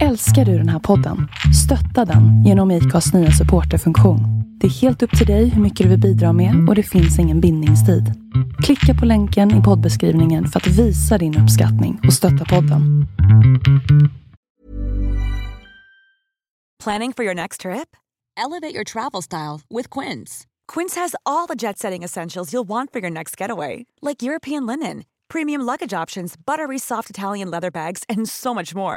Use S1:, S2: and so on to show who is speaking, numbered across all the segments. S1: Älskar du den här podden? Stötta den genom IKAs nya supporterfunktion. Det är helt upp till dig hur mycket du vill bidra med och det finns ingen bindningstid. Klicka på länken i poddbeskrivningen för att visa din uppskattning och stötta podden.
S2: Planning for your next trip? Elevate your travel style with Quince. Quince has all the jet setting essentials you'll want for your next getaway, like European linen, premium luggage options, buttery soft Italian leather bags, and so much more.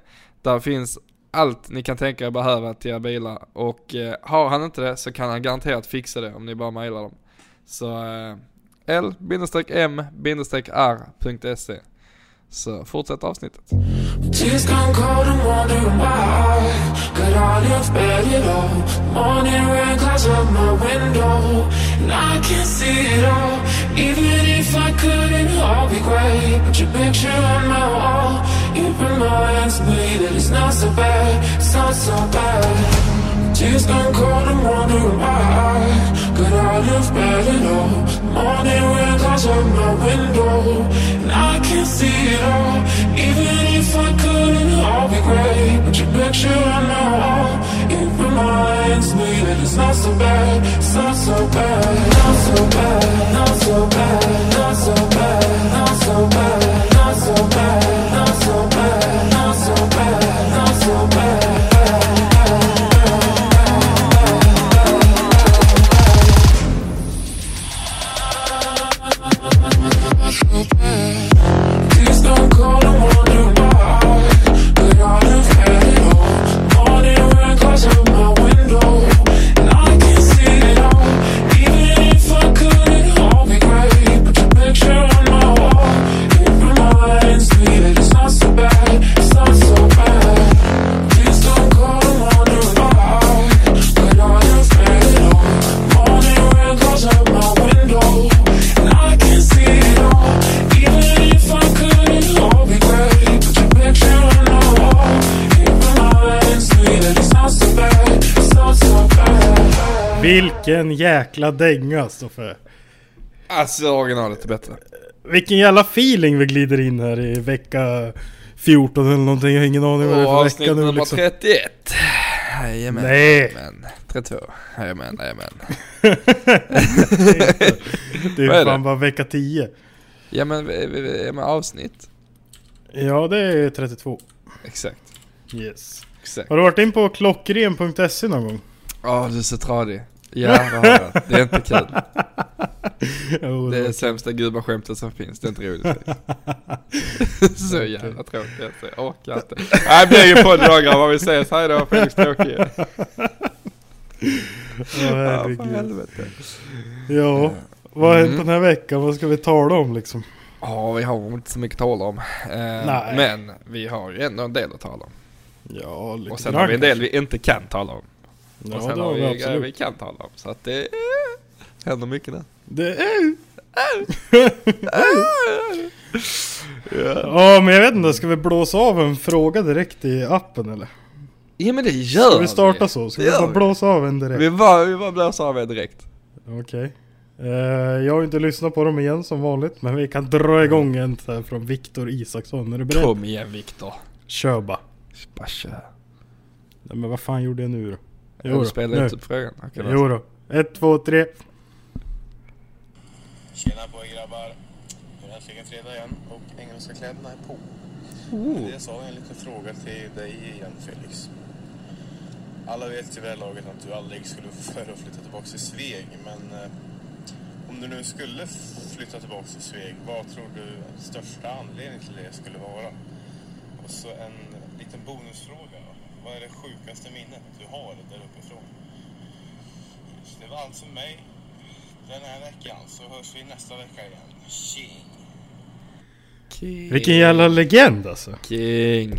S3: Där finns allt ni kan tänka er behöva till era bilar och eh, har han inte det så kan han garanterat fixa det om ni bara mejlar dem. Så eh, l-m-r.se. Så fortsätt avsnittet.
S4: Tears come cold and wonder why Could I have bet it all Morning rain clouds up my window And I can't see it all Even if I couldn't, all be great But your picture on my wall It reminds me that it's not so bad It's not so bad Tears come cold and wonder why Could I have bet it all Morning rain clouds up my window And I can't see it all Even if I couldn't, I'll be great But your picture on my wall It reminds me that it's not so bad It's not so bad Not so bad Not so bad Not so bad Not so bad Not so bad Not so bad Not so bad Not so bad Tears come cold and wonder why Could I have had it all? Morning rain clouds out my window And I can't see it all Even if I could, it all be great But your picture on my wall It reminds me that it's not so bad It's not so bad Tears come cold and wonder why Could I have had it all? Morning rain clouds out my window And I can't see it all Even if I could, it all be great But your picture on my wall It reminds me that it's not so bad It's not so bad
S5: Vilken jäkla dänga Stoffe.
S3: Alltså originalet är bättre.
S5: Vilken jävla feeling vi glider in här i vecka 14 eller någonting. Jag har ingen aning vad det
S3: Och
S5: är för
S3: avsnitt
S5: vecka nu
S3: nummer
S5: liksom.
S3: 31. Jajamän.
S5: Nej.
S3: jajamän. 32. Jajamän, jajamän.
S5: Det
S3: Vad är
S5: är fan
S3: det?
S5: bara vecka 10.
S3: Ja men, vi- vi- vi- ja, men avsnitt.
S5: Ja det är 32.
S3: Exakt.
S5: Yes.
S3: Exakt.
S5: Har du varit in på klockren.se någon gång?
S3: Åh, du är så tradig. Ja, det har jag. Det är inte kul.
S5: Jo,
S3: Det är
S5: var-
S3: det sämsta gubaskämtet som finns. Det är inte roligt. så jävla tråkigt. alltså. Jag orkar inte. Nej, det blir ingen podd idag grabbar. Vi ses. Hej då Felix tråkig.
S5: Åh,
S3: Ja, för
S5: herregud.
S3: helvete.
S5: Ja. Vad har hänt den här veckan? Vad ska vi tala om liksom?
S3: Ja, vi har inte så mycket att tala om. Eh,
S5: Nej.
S3: Men vi har ju ändå en del att tala om.
S5: Ja, lite
S3: Och sen har vi en
S5: grann.
S3: del vi inte kan tala om.
S5: Ja,
S3: och sen
S5: det
S3: har
S5: har vi
S3: vi grejer
S5: absolut.
S3: vi kan tala om. Så att det eh, händer mycket där.
S5: Det är... Ja men jag vet inte, ska vi blåsa av en fråga direkt i appen eller?
S3: Ja men det gör
S5: Ska vi starta så? Ska
S3: Det
S5: vi
S3: gör
S5: bara blåsa av en direkt?
S3: Vi bara, vi bara blåser av er direkt.
S5: Okej. Eh, jag har inte lyssnat på dem igen som vanligt, men vi kan dra igång en så här från Viktor Isaksson. Är du beredd?
S3: Kom igen Viktor.
S5: Kör bara.
S3: Bara kör.
S5: Nej men vad fan gjorde jag nu då? Jo
S3: Du
S5: då.
S3: spelar
S5: nu.
S3: inte alltså. upp frågan. Okej,
S5: Jo då. Ett, två, tre.
S6: Tjena på er grabbar. Nu är det äntligen fredag igen och engelska kläderna är på. Det sa jag en liten fråga till dig igen Felix. Alla vet ju vid det här laget att du aldrig skulle få för att flytta tillbaka till Sveg, men eh, om du nu skulle f- flytta tillbaka till Sveg, vad tror du den största anledningen till det skulle vara? Och så en liten bonusfråga. Vad är det sjukaste minnet du har där uppifrån? Så det var allt för mig den här veckan, så hörs vi nästa vecka igen. Tjing!
S3: King. Eh.
S5: Vilken jävla legend alltså.
S3: King.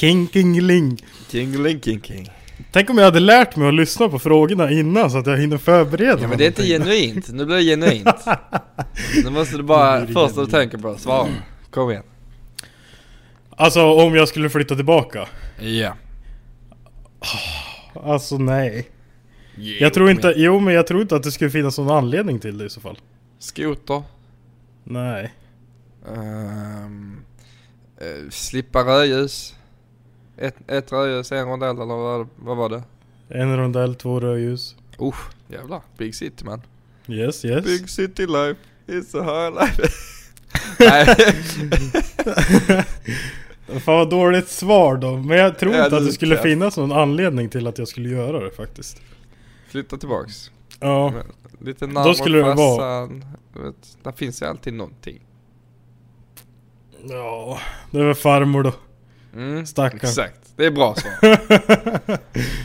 S5: King, king, ling.
S3: King, king, king.
S5: Tänk om jag hade lärt mig att lyssna på frågorna innan så att jag hinner förbereda
S3: Ja
S5: mig
S3: men det är inte genuint, nu blir det genuint. Nu måste du bara, första du tänker på, svara.
S5: Mm.
S3: Kom igen.
S5: Alltså om jag skulle flytta tillbaka.
S3: Ja.
S5: Alltså nej. Jag tror inte, jo men jag tror inte att det skulle finnas någon anledning till det i så fall.
S3: Skoter.
S5: Nej.
S3: Ehm, eh, slippa rödljus. Ett, ett rödljus, en rondell eller vad, vad var det?
S5: En rondell, två rödljus.
S3: Usch, jävlar. Big city man.
S5: Yes, yes.
S3: Big city life is a high life. Nej,
S5: Fan vad dåligt svar då. Men jag tror
S3: Ja,
S5: inte att
S3: det
S5: det
S3: är
S5: skulle
S3: kass.
S5: finnas någon anledning till att jag skulle göra det faktiskt.
S3: flytta tillbaks.
S5: Ja.
S3: Lite närmare
S5: skulle det vara-
S3: farsan. Du vet, Där finns ju alltid någonting.
S5: Ja. Det var farmor då.
S3: Mm,
S5: Stackarn.
S3: exakt. Det är bra svar.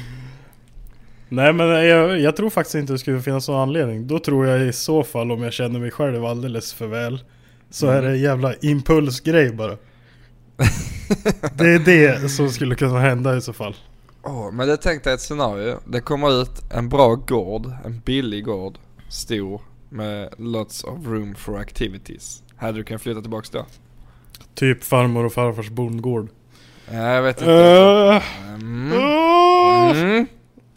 S5: Nej men jag, jag tror faktiskt inte det skulle finnas någon anledning. Då tror jag i så fall om jag känner mig själv alldeles för väl. Så är det en jävla impulsgrej bara. det är det som skulle kunna hända i så fall.
S3: Åh, men det tänkte jag ett scenario. Det kommer ut en bra gård, en billig gård, stor, med lots of room for activities. Hade du kunnat flytta tillbaks då?
S5: Typ farmor och farfars bondgård.
S3: Nej, jag vet inte.
S5: Eh,
S3: Mm.
S5: åh,
S3: Mm.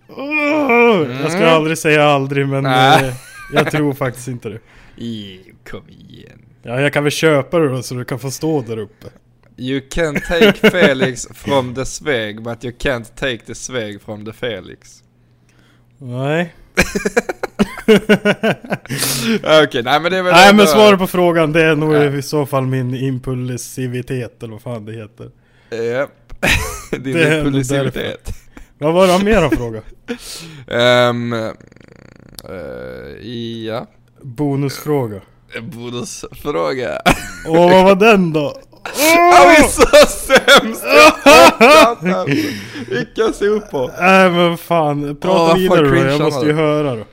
S5: åh. Mm. Jag ska aldrig säga aldrig men
S3: Nej.
S5: eh, jag tror faktiskt inte det.
S3: Jo, Kom igen.
S5: Ja, jag kan väl köpa det då så du kan få stå där uppe.
S3: You can take Felix from the Sveg, but you can't take the Sveg from the Felix.
S5: Nej.
S3: Ah, Okej, nej men det är väl
S5: Nej
S3: ändå-
S5: men svaret på frågan det är nog
S3: Nej.
S5: i så fall min impulsivitet eller vad fan det heter.
S3: Japp. Din
S5: Det är ändå
S3: impulsivitet.
S5: Vad var det han mer han fråga?
S3: Ehm... eh, ja.
S5: Bonusfråga.
S3: Bonusfråga.
S5: Åh vad var den då?
S3: Jag är så sämst! Vilka sopor!
S5: Nej men fan, prata
S3: Åh,
S5: vidare
S3: fan,
S5: då. Jag
S3: cringearna
S5: måste ju
S3: då.
S5: höra då.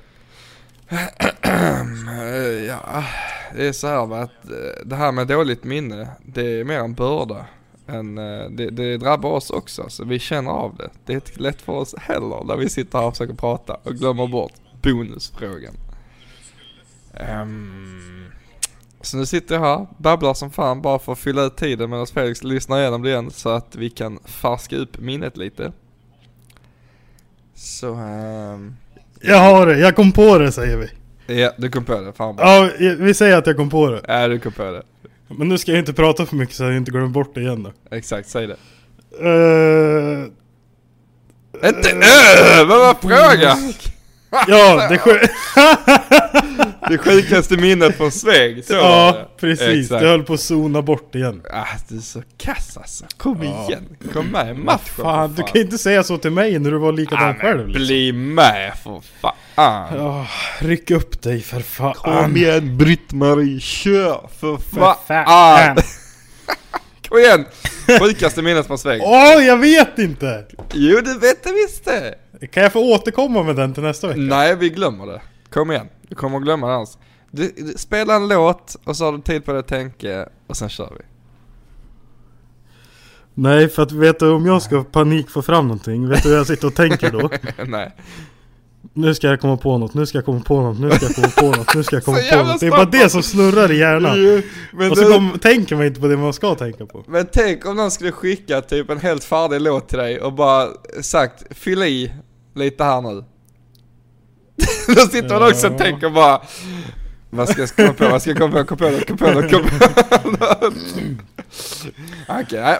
S3: Eh, Ja, det är så här va att eh, det här med dåligt minne, det är mer en börda. Än, eh, det, det drabbar oss också, så vi känner av det. Det är inte lätt för oss heller när vi sitter här och försöker prata och glömmer bort bonusfrågan. Ehm, så nu sitter jag här, babblar som fan bara för att fylla ut tiden medan Felix lyssnar igenom det igen så att vi kan färska upp minnet lite. Så, ehm,
S5: Jag har det, jag kom på det säger vi.
S3: ja du kom på det, fan bra.
S5: Ja, vi säger att jag kom på det.
S3: Ja du kom på det.
S5: Men nu ska jag inte prata för mycket så jag inte glömmer bort det igen då.
S3: Exakt, säg det.
S5: Eh,
S3: Inte
S5: Äh,
S3: öh! Vad var frågan?
S5: ja, det sker.
S3: Det sjukaste minnet från Sveg, så var
S5: Ja,
S3: det.
S5: precis.
S3: Exakt.
S5: Jag höll på att zona bort igen.
S3: Ah, du är så kass alltså. Kom igen, kom med i matchen för
S5: Fan, du kan inte säga så till mig när du var likadan
S3: ah,
S5: själv.
S3: men,
S5: liksom.
S3: Bli med för fan.
S5: Ja, ryck upp dig för fan.
S3: igen Britt-Marie, kör för Ah.
S5: fan.
S3: Kom igen! Sjukaste minnet från Sveg.
S5: Åh, jag vet inte!
S3: Jo, du vet det visst det.
S5: Kan jag få återkomma med den till nästa vecka?
S3: Nej, vi glömmer det. Kom igen, du kommer att glömma det annars. Du, du, spela en låt och så har du tid på dig att tänka och sen kör vi.
S5: Nej, för att vet du om jag ska panik få fram någonting, vet du hur jag sitter och tänker då?
S3: Nej.
S5: Nu ska jag komma på något, nu ska jag komma på något, nu ska jag komma på något, nu ska jag komma
S3: Så
S5: på
S3: jävla
S5: något. Det är bara
S3: snabbt.
S5: det som snurrar i hjärnan.
S3: Jo, men,
S5: Och så
S3: du-
S5: kom, tänker man inte på det man ska tänka på.
S3: men tänk om någon skulle skicka typ en helt färdig låt till dig och bara sagt fyll i lite här nu. Då sitter man också och tänker bara vad ska jag komma på, vad ska jag komma på, kom på något, kom på något, kom på något. Okej, nej.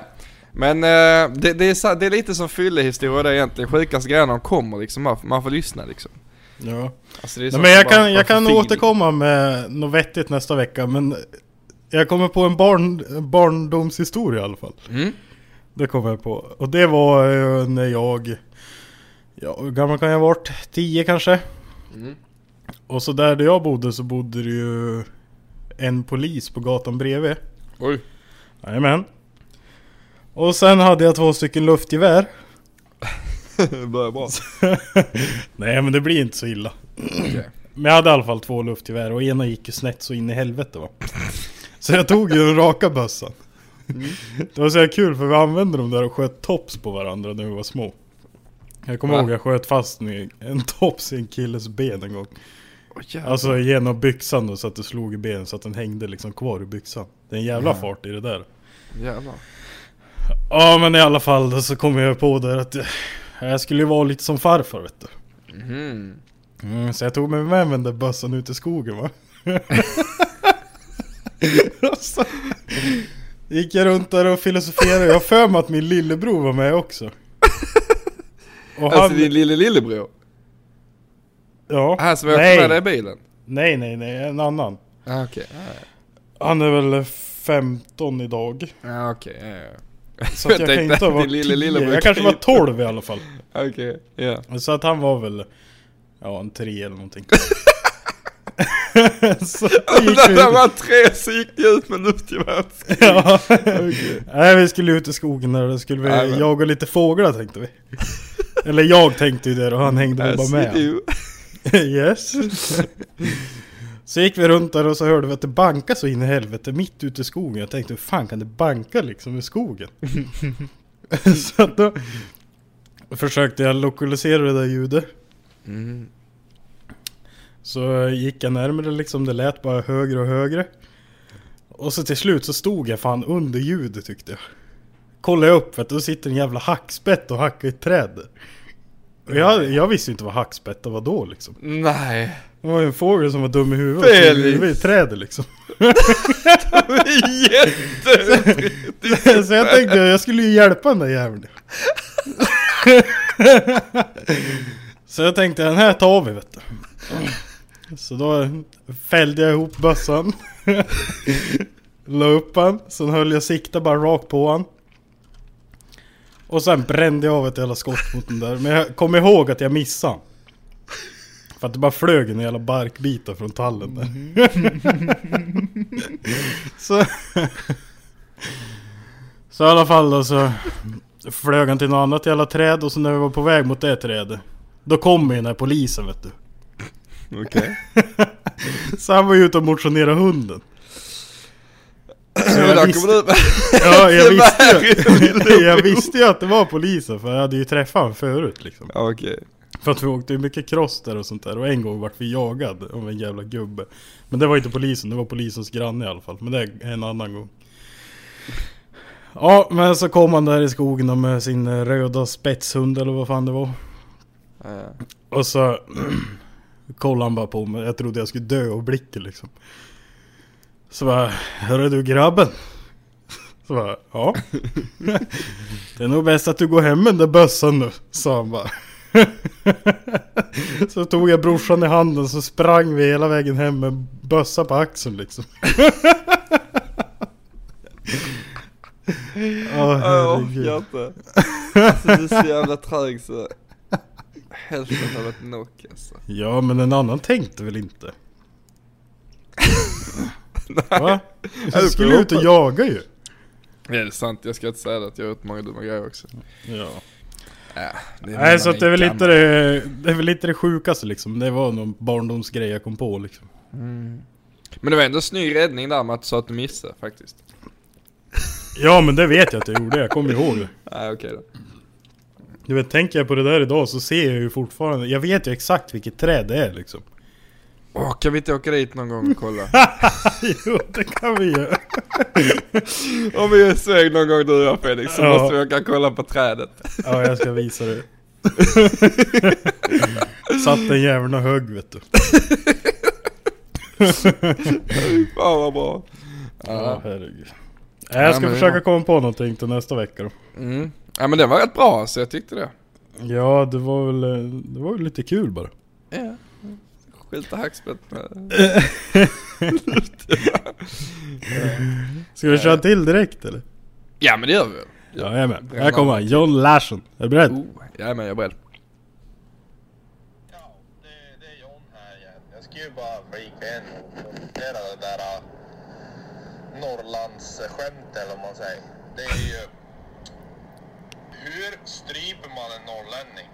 S3: Men eh, det, det, är, så- det är lite som fyllehistoria det egentligen, sjukaste grejerna kommer liksom, man, man får lyssna liksom.
S5: Ja.
S3: Alltså, det är
S5: Nej,
S3: så
S5: men
S3: att man
S5: jag
S3: bara-
S5: kan,
S3: man
S5: jag
S3: får
S5: kan
S3: feeling.
S5: återkomma med något vettigt nästa vecka men Jag kommer på en barn, barndomshistoria i alla fall
S3: Mm.
S5: Det kommer jag på och det var eh, när jag Ja hur gammal kan jag ha varit? 10 kanske?
S3: Mm.
S5: Och så där, där jag bodde så bodde det ju En polis på gatan bredvid
S3: Oj.
S5: Jajamän Och sen hade jag två stycken luftgevär
S3: Det börjar bra.
S5: Nej men det blir inte så illa. Men jag hade i alla fall två luftgevär och ena gick ju snett så in i helvete va. Så jag tog ju den raka bössan. Det var så jävla kul för vi använde dem där och sköt tops på varandra när vi var små. Jag kommer
S3: Va?
S5: ihåg jag sköt fast en- en tops i en killes ben en gång.
S3: Åh, jävlar.
S5: Alltså genom byxan då så att det slog i benen så att den hängde liksom kvar i byxan. Det är en jävla fart i det där.
S3: Jävlar.
S5: Ja men i alla fall då så kom jag på där att eh, jag skulle ju vara lite som farfar vet du.
S3: Mhm.
S5: Mm, så jag tog mig med mig den där bössan ut i skogen va. Och så gick jag runt där och filosoferade. Jag har för mig att min lillebror var med också. Och han,
S3: Alltså din lille lillebror?
S5: ja,
S3: Han som åkte med dig i
S5: nej,
S3: bilen?
S5: nej, nej, nej, en annan.
S3: Ah, okej.
S5: Han är väl 15 idag.
S3: Ah, okej. ja, ja.
S5: Så att jag, kan
S3: tänkte
S5: inte ha
S3: att
S5: varit
S3: din lille
S5: 10.
S3: lillebror
S5: Jag kanske
S3: kan
S5: var
S3: ju-
S5: 12 i alla fall.
S3: Okej, ja.
S5: Så att han var väl, ja en tre eller någonting. så gick
S3: När
S5: vi,
S3: det var tre så gick det ut med luftgevärs.
S5: ja. Nej vi skulle ut i skogen där, då skulle vi
S3: Nej, men-
S5: jaga lite fåglar tänkte vi. eller jag tänkte ju det och han hängde väl bara
S3: As you
S5: med.
S3: do.
S5: yes. så gick vi runt där och så hörde vi att det bankade så in i helvete mitt ute i skogen. Jag tänkte hur fan kan det banka liksom i skogen? så att då försökte jag lokalisera det där ljudet.
S3: Mm.
S5: Så gick jag närmare liksom, det lät bara högre och högre. Och så till slut så stod jag fan under ljudet tyckte jag. Kollade jag upp för att då sitter en jävla hackspett och hackar i ett träd. Och jag, jag visste ju inte vad hackspettar var då liksom.
S3: Nej.
S5: Det var ju en fågel som var dum i huvudet och slog
S3: Felix.
S5: huvudet i ett träd liksom.
S3: Jätte...
S5: Så jag tänkte jag skulle ju hjälpa den där jäveln. Så jag tänkte den här tar vi vet du. Så då fällde jag ihop bössan. La upp han. Sen höll jag sikta bara rakt på han. Och sen brände jag av ett jävla skott mot den där. Men jag kom ihåg att jag missade. han. För att det bara flög en jävla barkbitar från tallen där. så, så i alla fall då så flög han till något annat jävla träd och så när vi var på väg mot det trädet. Då kom ju den här polisen vet du.
S3: Okej.
S5: Så han var ju ute och motionerade hunden. Så
S3: Men
S5: jag
S3: där kommer
S5: visste,
S3: du med.
S5: ja, jag,
S3: Det
S5: visste
S3: här är
S5: ju, jag visste ju att det var polisen för jag hade ju träffat honom förut liksom.
S3: Ja, Okej.
S5: För att vi åkte ju mycket cross där och sånt där och en gång vart vi jagad av en jävla gubbe. Men det var inte polisen, det var polisens granne i alla fall. Men det är en annan gång. Ja, men så kom han där i skogen då med sin eh, röda spetshund eller vad fan det var.
S3: Ja, ja.
S5: Och så kollade han bara på mig. Jag trodde jag skulle dö av blicken liksom. Så bara, hörru du grabben. Så bara, ja. Det är nog bäst att du går hem med den där bössan nu, sa han bara. Så tog jag brorsan i handen så sprang vi hela vägen hem med bössa på axeln liksom. Åh
S3: Jag
S5: herregud.
S3: orkar inte. Alltså du är så jävla trög så. Hälften har varit knock alltså.
S5: Ja men en annan tänkte väl inte? Va?
S3: det
S5: Du skulle ut och
S3: hoppas.
S5: jaga ju!
S3: Ja, det är sant, jag ska inte säga det att jag har gjort många dumma grejer också.
S5: Ja.
S3: Ja, det
S5: Nej så att det är väl
S3: gammal.
S5: lite det, det är väl lite det sjukaste liksom. Det var någon barndomsgrej jag kom på liksom.
S3: Men det var ändå en snygg räddning där med att du sa att du missade faktiskt.
S5: Ja men det vet jag att jag gjorde, jag kommer ihåg det.
S3: Nej okej då.
S5: Du vet, tänker jag på det där idag så ser jag ju fortfarande, jag vet ju exakt vilket träd det är liksom.
S3: Åh, kan vi inte åka dit någon gång och kolla?
S5: jo det kan vi göra.
S3: Om vi är sög någon gång du och jag Felix så
S5: Ja.
S3: måste vi åka och kolla på trädet.
S5: Ja jag ska visa dig. Satt den jäveln och högg vet du.
S3: Fan vad bra.
S5: Ja,
S3: Ja.
S5: herregud. Nej, jag ska
S3: men det
S5: försöka
S3: var-
S5: komma på någonting till nästa vecka då.
S3: Mm. ja men det var rätt bra så jag tyckte det.
S5: Ja, det var väl, eh, det var väl lite kul bara.
S3: Ja. Skjuta hackspett med.
S5: Ska vi köra till direkt eller?
S3: Ja men det gör vi väl.
S5: Ja, jag är med. Här kommer han, John Larsson. Är du beredd?
S3: Oh, jag är med, jag är beredd.
S6: Ja, det, det är John här igen. Jag ska ju bara flika in och kommentera det där äh, Norrlandsskämtet eller vad man säger. Det är ju... Hur stryper man en norrlänning?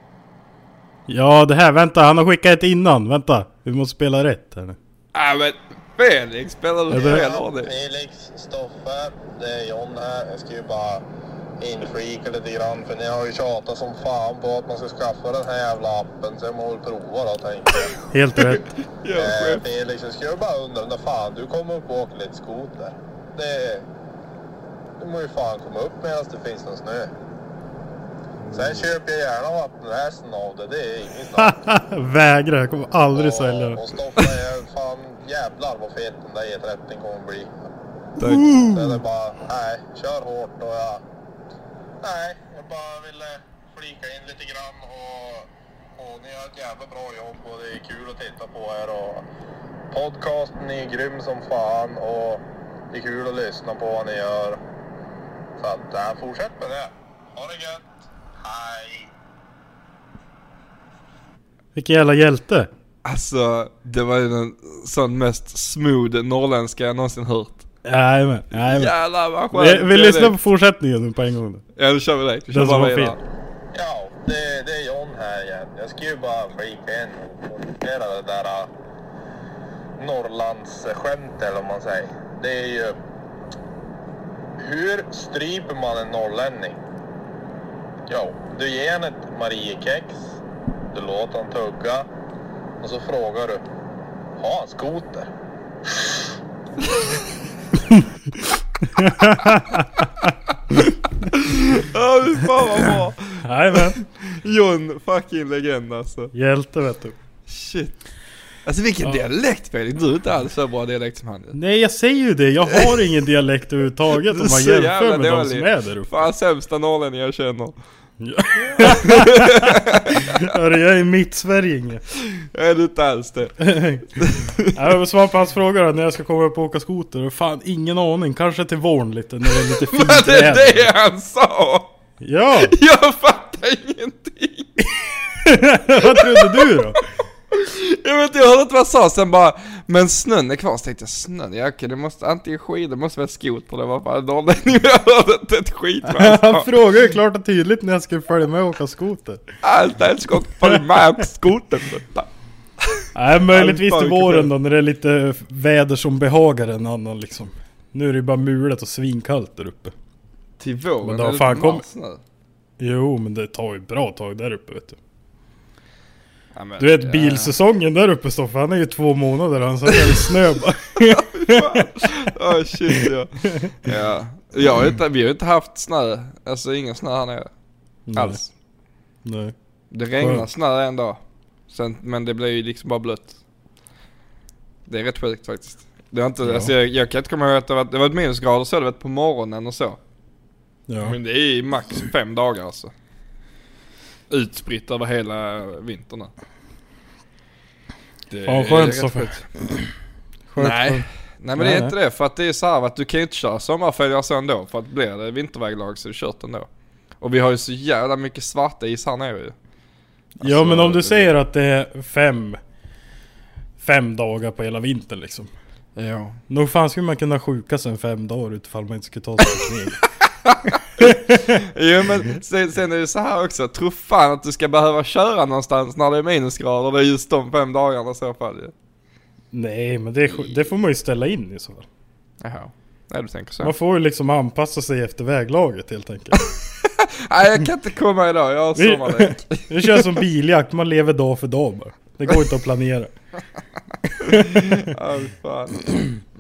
S5: Ja, det här, vänta, han har skickat ett innan. Vänta, vi måste spela rätt här nu.
S3: Ja men Felix, spelar du
S5: Eller-
S3: fel ordning?
S6: Felix, Stoffe, det är John här. Jag ska ju bara inflika lite grann för ni har ju tjatat som fan på att man ska skaffa den här jävla appen så jag må väl prova då tänkte jag.
S5: Helt rätt.
S3: Ja,
S6: Eh,
S3: själv.
S6: Felix, jag skulle bara undra när fan du kommer upp och åker lite skoter. Det... Du må ju fan komma upp medan det finns någon snö. Sen köper jag gärna vattenhästen av det, det är inget snack.
S5: Vägrar, jag kommer aldrig sälja
S6: Och-
S5: det.
S6: Och Stoffe, jag fan jävlar vad fet den där E30 kommer bli.
S3: Tack.
S6: Så är det bara, nej, kör hårt och jag... Nej, jag bara ville flika in lite grann och, och ni gör ett jävla bra jobb och det är kul att titta på er och podcasten är grym som fan och det är kul att lyssna på vad ni gör. Så att, ja, fortsätt med det. Ha det gött. Hej!
S5: Vilken jävla hjälte.
S3: Alltså, det var ju den sån mest smooth norrländska jag någonsin hört.
S5: Jajamän, jajamän.
S3: Jävlar vad skönt!
S5: Vi, vi lyssnar på fortsättningen nu på en gång. då.
S3: Ja, då kör vi direkt. Vi kör
S5: Den som
S3: bara
S5: var
S3: vidare.
S5: fel.
S6: Ja, det, det är John här igen. Jag ska ju bara flika in och kommentera det där äh, Norrlandsskämtet eller vad man säger. Det är ju... Hur stryper man en norrlänning? Jo, du ger han ett Mariekex, du låter han tugga och så frågar du, har han skoter?
S3: Ja, fy fan vad bra!
S5: Jajamän.
S3: Jon, fucking legend alltså.
S5: Hjälte vet du.
S3: Shit. Alltså vilken dialekt Felix, du är inte alls så bra dialekt som han är.
S5: Nej jag säger ju det, jag har ingen dialekt överhuvudtaget
S3: Du
S5: om
S3: är
S5: man
S3: så jävla
S5: jämför med de
S3: dålig.
S5: som är där uppe.
S3: Fan sämsta norrlänning jag känner.
S5: Hörru, jag är mitt Sverige
S3: Jag är inte alls det.
S5: Jag vill svara på hans fråga då, när jag ska komma upp och åka skoter. Fan, ingen aning. Kanske till våren lite, när det är lite
S3: Men
S5: fint
S3: det är
S5: väder.
S3: det han sa!
S5: Ja,
S3: Jag fattar ingenting!
S5: vad trodde du då?
S3: Jag vet inte, jag hörde inte vad han sa, sen bara Men snön är kvar, så tänkte jag snön, ja okej det måste antingen skidor, det måste vara skoter, det var fan norrlänning, jag hörde inte ett skit vad han sa.
S5: Han frågade ju klart och tydligt när jag skulle följa med och åka skoter.
S3: Allt är skott på markskoten.
S5: Nej, möjligtvis
S3: Alfa
S5: till
S3: och
S5: våren
S3: Kuba.
S5: då, när det är lite väder som behagar en annan liksom. Nu är det ju bara mulet och svinkallt där uppe.
S3: Till våren,
S5: Men då
S3: är det
S5: fan
S3: inte
S5: kom-
S3: mars nu?
S5: Jo, men det tar ju ett bra tag där uppe vet du.
S3: Ja, men-
S5: Du vet
S3: ja.
S5: bilsäsongen där uppe Stoffe, han är ju två månader han så är det snö bara.
S3: Ja shit ja. ja. Jag har inte, vi har inte haft snö, alltså ingen snö här nere. Alls.
S5: Nej.
S3: Det regnar
S5: Skönt.
S3: snö en dag. Sen, men det blir ju liksom bara blött. Det är rätt sjukt faktiskt. Det har inte,
S5: Ja.
S3: alltså, jag, jag kan inte komma ihåg att det var, det var ett minusgrader så du vet på morgonen och så.
S5: Ja.
S3: Men det är ju max fem dagar alltså. Utspritt över hela vintern. här. Det
S5: Fan, vad
S3: är
S5: skönt,
S3: rätt
S5: Stoffe.
S3: sjukt.
S5: Skönt,
S3: Nej.
S5: skönt.
S3: Nej men det
S5: Nej,
S3: är inte det för att det är så här att du kan ju inte köra sommarfälgar så ändå för att blir det vinterväglag så är det kört ändå. Och vi har ju så jävla mycket svarta is här nere ju.
S5: Ja men om
S3: alltså, det-
S5: du säger att det är fem Fem dagar på hela vintern liksom
S3: Ja.
S5: Nog fan skulle man kunna sjuka sig en fem dagar utifall man inte skulle ta sig till krig
S3: Jo men sen, sen är det så här också, tro fan att du ska behöva köra någonstans när det är minusgrader det är just de fem dagarna i så fall ju.
S5: Nej men det, är sj- det får man ju ställa in i så fall
S3: Jaha. Nej du tänker så.
S5: Man får ju liksom anpassa sig efter väglaget helt enkelt
S3: Nej jag kan inte komma idag, jag har
S5: Vi-
S3: sommarlek.
S5: Det känns som biljakt, man lever dag för dag bara Det går inte att planera
S3: Ja, fy fan.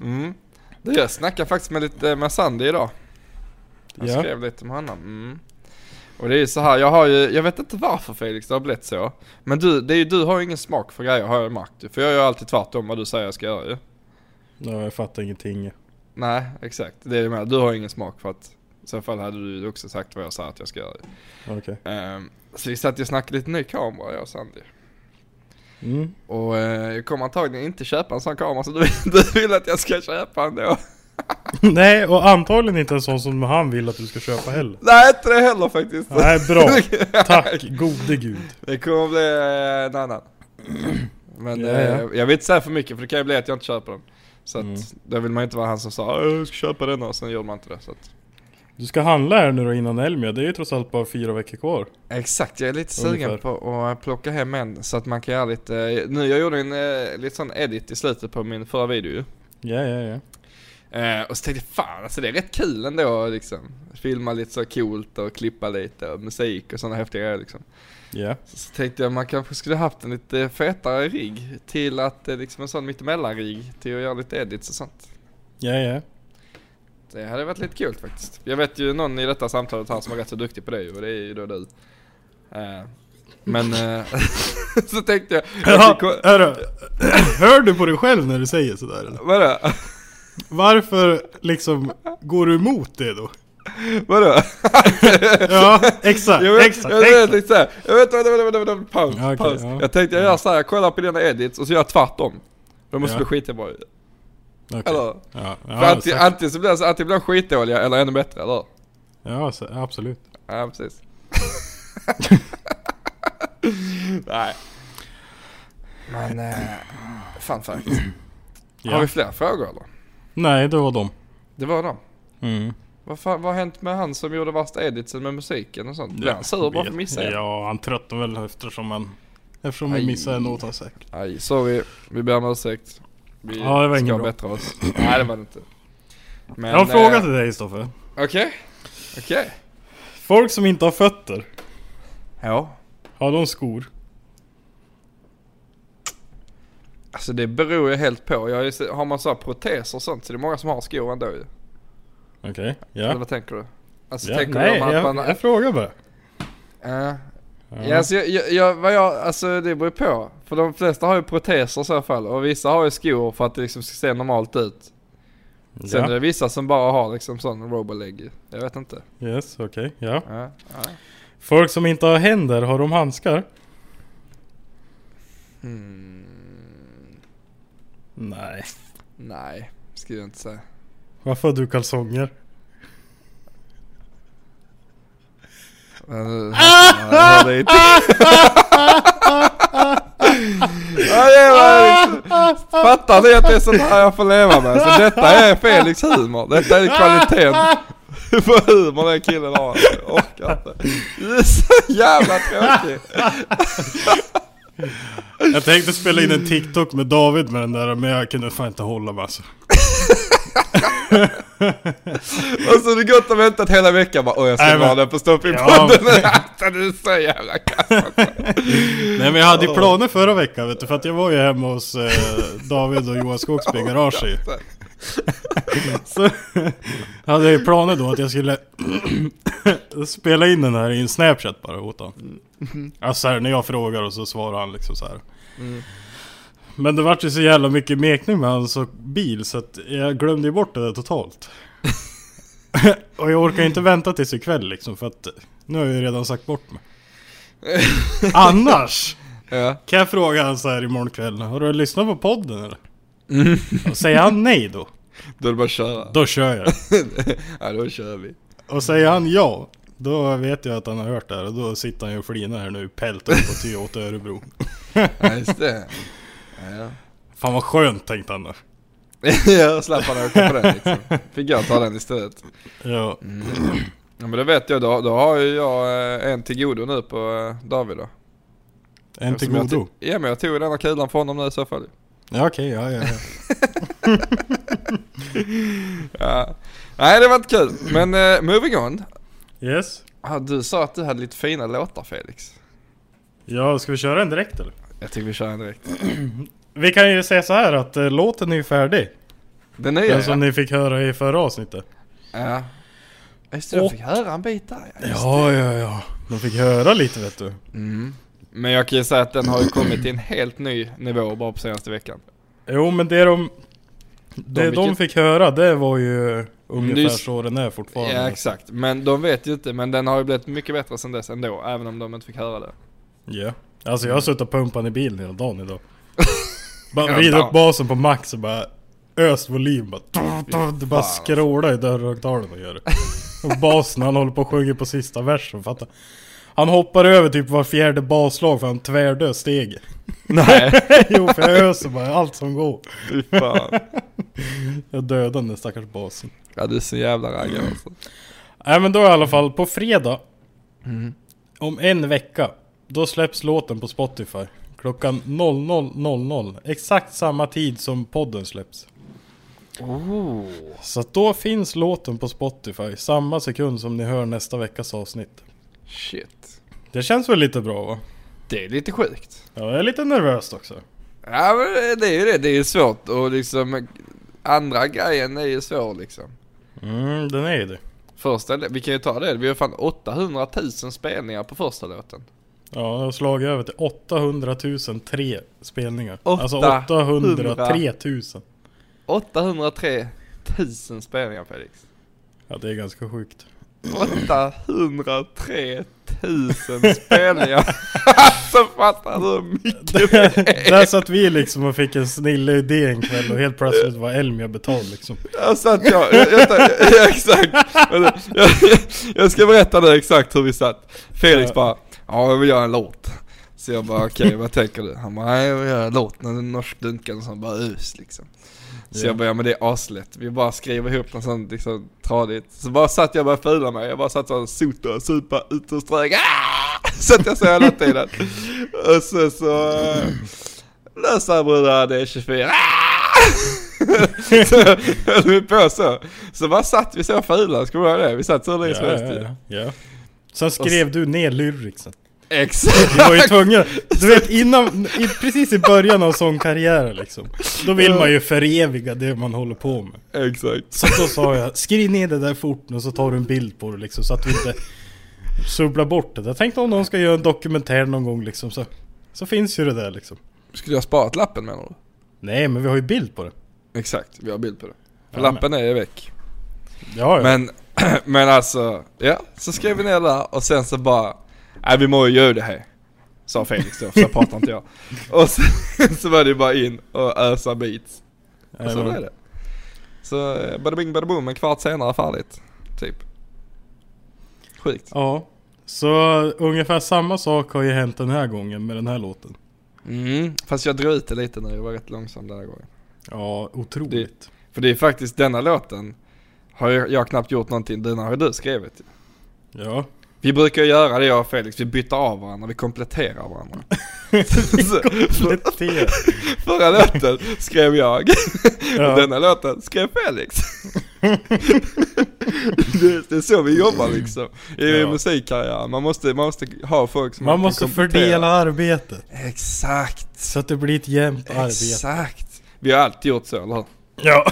S3: Mm. Du, jag snackade faktiskt med, lite, med Sandy idag. Jag
S5: Ja.
S3: skrev lite med honom. Mm. Och det är ju så här, jag har ju, jag vet inte varför Felix det har blivit så. Men du, det är ju, du har ju ingen smak för grejer har jag märkt ju. För jag gör alltid tvärtom vad du säger jag ska göra ju.
S5: Nej jag fattar ingenting
S3: Nej, exakt. Det är det med. Du har ingen smak för att i så fall hade du ju också sagt vad jag sa att jag ska göra ju.
S5: Okej
S3: Ehm, så vi satt ju och snackade lite ny kamera jag och Sandy.
S5: mm.
S3: Och eh, jag kommer antagligen inte köpa en sån kamera så du, du vill att jag ska köpa en då.
S5: Nej och antagligen inte en sån som han vill att du ska köpa heller
S3: Nej inte det heller faktiskt.
S5: Nej bra, tack gode gud
S3: Det kommer bli eh, en annan. Men
S5: Ja,
S3: eh,
S5: ja.
S3: jag vill inte säga för mycket för det kan ju bli att jag inte köper den. Så att
S5: Mm.
S3: då vill man ju inte vara han som sa "Åh, jag ska köpa den och sen gör man inte det. Så att.
S5: Du ska handla här nu då innan Elmia, det är ju trots allt bara fyra veckor kvar.
S3: Exakt, jag är lite sugen
S5: Ungefär.
S3: på att eh, plocka hem en så att man kan göra lite, eh, nu jag gjorde en eh, lite sån edit i slutet på min förra video ju.
S5: Ja, ja, ja.
S3: Eh, och så tänkte jag fan alltså det är rätt kul ändå liksom. Filma lite så coolt och klippa lite och musik och sådana häftiga grejer liksom.
S5: Ja.
S3: Så tänkte jag man kanske skulle haft en lite fetare rigg till att eh, liksom en sån mittemellan-rigg till att göra lite edits och sånt.
S5: Ja, ja.
S3: Det hade varit lite kul faktiskt. Jag vet ju någon i detta samtalet här som är rätt så duktig på det ju, och det är ju då du. Eh, men eh, så tänkte jag... jag
S5: ja
S3: fick,
S5: hörru, hör du på dig själv när du säger sådär eller?
S3: vadå?
S5: Varför liksom går du emot det då?
S3: Vadå?
S5: Ja, exakt,
S3: Jag vet,
S5: exakt,
S3: jag vet,
S5: exakt.
S3: exakt. Jag vet, vänta, vänta, vänta, vänta, vänta, paus,
S5: Ja, okej,
S3: paus.
S5: ja.
S3: Jag tänkte jag gör såhär, jag kollar på dina edits och så gör jag tvärtom. De måste
S5: Ja.
S3: bli skitbra ju.
S5: Okej.
S3: Eller?
S5: Ja,
S3: För
S5: ja,
S3: antingen,
S5: säkert.
S3: antingen så blir de så- antingen blir de skitdåliga eller ännu bättre, eller hur?
S5: ja så, absolut.
S3: Ja, precis. Nej. Men, eh, fun fact. Har vi
S5: Ja.
S3: fler frågor eller?
S5: Nej, det var dem.
S3: Det var dem.
S5: Mm.
S3: Vad, fan, vad har hänt med han som gjorde värsta editsen med musiken och sånt? Blev han sur
S5: Jag
S3: bara för
S5: vet.
S3: att missa ja.
S5: Ja, han tröttnade väl eftersom han... Eftersom
S3: Aj.
S5: han missade en not han säkert.
S3: Aj, sorry. Vi ber om ursäkt. Vi
S5: Ja, det var
S3: ska
S5: inget bra.
S3: bättra oss. Nej, det var det inte. Men,
S5: Jag har en fråga
S3: eh,
S5: till dig Stoffe.
S3: Okej. Okej.
S5: Folk som inte har fötter,
S3: Ja.
S5: har de skor?
S3: Alltså det beror ju helt på. Jag har, ju, se- har man så här proteser och sånt så det är många som har skor ändå ju.
S5: Okej,
S3: Eller
S5: ja.
S3: vad tänker du? Alltså
S5: ja.
S3: tänker
S5: Nej,
S3: du om att
S5: jag,
S3: man...
S5: jag frågar bara.
S3: Ja. Ja, alltså, jag, jag, jag, vad jag, alltså det beror ju på. För de flesta har ju proteser i så fall och vissa har ju skor för att det liksom ska se normalt ut. Sen är
S5: Ja.
S3: det vissa som bara har liksom sån roboleg. Jag vet inte.
S5: Yes, okej, ja.
S3: Ja, ja.
S5: Folk som inte har händer, har de handskar?
S3: Hmm.
S5: Nej.
S3: Nej, skulle jag inte säga.
S5: Varför har du kalsonger?
S3: Men, jag hörde inte. ja, det var liksom, fattar ni att det är sånt här jag får leva med? Så detta är Felix humor. Detta är kvaliteten på humor den killen har. Jag orkar inte. Du är så jävla tråkig.
S5: Jag tänkte spela in en TikTok med David med den där, men jag kunde fan inte hålla mig alltså.
S3: Alltså det är gott att väntat hela veckan bara åh jag
S5: Nej,
S3: ska
S5: men-
S3: vara där på
S5: Ja,
S3: Ståuppodden. Alltså du är så jävla kass alltså.
S5: Nej men jag hade ju planer förra veckan vet du, för att jag var ju hemma hos eh, David och Johan Skogsby i garaget ju. Så hade jag ju planer då att jag skulle spela in den här i en snapchat bara åt honom. Alltså här, när jag frågar och så svarar han liksom så här. Men det vart ju så jävla mycket mekning med hans och bil så att jag glömde ju bort det där totalt. och jag orkar ju inte vänta tills ikväll liksom för att nu har jag ju redan sagt bort mig. Annars!
S3: Ja.
S5: Kan jag fråga han så här imorgon kväll, har du lyssnat på podden eller? Och säger han nej då,
S3: Då är det bara att köra.
S5: Mm. då kör jag.
S3: Ja då kör vi.
S5: Och säger han ja, då vet jag att han har hört det här och då sitter han ju och flinar här nu i pälten på Toyota Örebro.
S3: Ja just det. Ja.
S5: Fan vad skönt tänkte han då.
S3: Jag slapp han åka på den liksom. Fick jag ta den istället.
S5: Ja,
S3: Ja men det vet jag, då, då har ju jag eh, en till godo nu på eh, David då.
S5: en till
S3: Eftersom jag
S5: godo.
S3: tog- Ja men jag tog den här kulan för honom nu i så fall.
S5: Ja okej, ja ja ja.
S3: Ja. Nej det var inte kul. Men eh, moving on.
S5: Yes.
S3: Ah, Du sa att du hade lite fina låtar Felix.
S5: Ja, ska vi köra en direkt eller?
S3: Jag tycker vi kör en direkt.
S5: Vi kan ju säga så här att eh, låten är ju färdig.
S3: Den nya
S5: Den som
S3: ja.
S5: ni fick höra i förra avsnittet.
S3: ja. Just det, jag
S5: Och-
S3: fick höra en bit där. ja.
S5: Ja, ja, ja. De fick höra lite vet du.
S3: Men jag kan ju säga att den har ju kommit till en helt ny nivå bara på senaste veckan.
S5: Jo men det de Det de,
S3: vilket-
S5: fick höra det var ju Ungefär
S3: det är-
S5: så den är fortfarande
S3: Ja exakt, men de vet ju inte. Men den har ju blivit mycket bättre sen dess ändå, även om de inte fick höra det.
S5: Ja. Alltså jag har suttit och pumpat i bilen hela dagen idag Bara
S3: Hela
S5: vrid
S3: dagen.
S5: upp basen på max och bara Öst volym bara tuff, tuff, Det bara
S3: fan, alltså.
S5: skrålar i dörrhögtalaren och gör det Och basen han håller på och sjunger på sista versen fattar Han hoppar över typ var fjärde baslag för han tvärdör steget
S3: Nej,
S5: Jo för jag öser bara allt som går
S3: fy fan.
S5: Jag dödar den där stackars basen
S3: Ja du är så jävla raggare alltså.
S5: Nej men då i alla fall på fredag Mm. Om en vecka Då släpps låten på Spotify Klockan 00.00 Exakt samma tid som podden släpps Oh. Så att då finns låten på Spotify samma sekund som ni hör nästa veckas avsnitt.
S3: Shit.
S5: Det känns väl lite bra va?
S3: Det är lite sjukt.
S5: Ja, jag är lite nervös också.
S3: Ja men det är ju det, det är ju svårt och liksom andra grejen är ju svår liksom.
S5: Mm, den är ju det.
S3: Första, vi kan ju ta det, vi har fan 800 000 spelningar på första låten.
S5: Ja, jag har slagit över till 800 000 tre spelningar. Alltså
S3: 800
S5: 803 000.
S3: 803 000 spelningar Felix.
S5: Ja, det är ganska sjukt.
S3: 803 000 spelningar. alltså fattar du hur mycket det
S5: Där
S3: är?
S5: satt vi liksom och fick en snille idé en kväll och helt plötsligt var Elmia betald liksom.
S3: Jag satt jag, jag, jag, jag, exakt. Jag, jag, jag ska berätta nu exakt hur vi satt. Felix bara, ja jag vill göra en låt. Så jag bara okej vad tänker du? Han bara, nej jag vill göra en låt, en norsk dunkan som bara us liksom. Så jag bara, ja men det är aslätt. Vi bara skriver ihop något sånt liksom tradigt. Så bara satt jag och började fula mig. Jag bara satt såhär, sota, supa, ut och strök. Ah! Satt jag så hela tiden. Och så så... eh, Lösa brudar, det är 24. Ah! så höll vi på så. Så bara satt vi så fula, ska vi göra det? Vi satt så länge som helst ju.
S5: ja, ja. Sen skrev du ner lyricsen.
S3: Exakt!
S5: Vi var ju tvungna, du vet innan, i, precis i början av sångkarriären liksom. Då vill man ju föreviga det man håller på med.
S3: Exakt.
S5: Så då sa jag, skriv ner det där fort nu så tar du en bild på det liksom så att vi inte subblar bort det. Jag tänkte om någon ska göra en dokumentär någon gång liksom så, så finns ju det där liksom.
S3: Skulle jag ha sparat lappen menar
S5: Nej men vi har ju bild på det.
S3: du? Exakt, vi har bild på det. För
S5: Jajamän.
S3: lappen är väck.
S5: Ja, ja.
S3: Men, men alltså, ja, så skrev vi ner det där och sen så bara, nej vi må ju göra det här. Sa Felix då, för så pratar inte jag. Och sen så var det ju bara in och ösa beats. Och så
S5: Jajamän.
S3: blev det. Så eh, bada bing bada boom, en kvart senare färdigt. Typ. Sjukt.
S5: Ja. Så ungefär samma sak har ju hänt den här gången med den här låten.
S3: Mm. Fast jag drog ut det lite när jag var rätt långsam den här gången.
S5: Ja, otroligt.
S3: För det är faktiskt denna låten, har jag, jag har knappt gjort någonting, den har ju du skrivit.
S5: Ja.
S3: Vi brukar ju göra det jag och Felix, vi byter av varandra, vi kompletterar varandra. Så-
S5: Komplettera.
S3: Förra låten skrev jag,
S5: Ja.
S3: denna låten skrev Felix. det, det är så vi jobbar liksom, i
S5: Ja.
S3: musikkarriären. Man måste, man måste ha folk som
S5: Man
S3: kan
S5: måste
S3: komplettera.
S5: fördela arbetet.
S3: Exakt,
S5: Så att det blir ett jämnt arbete.
S3: exakt. Vi har alltid gjort så, eller hur?
S5: Ja.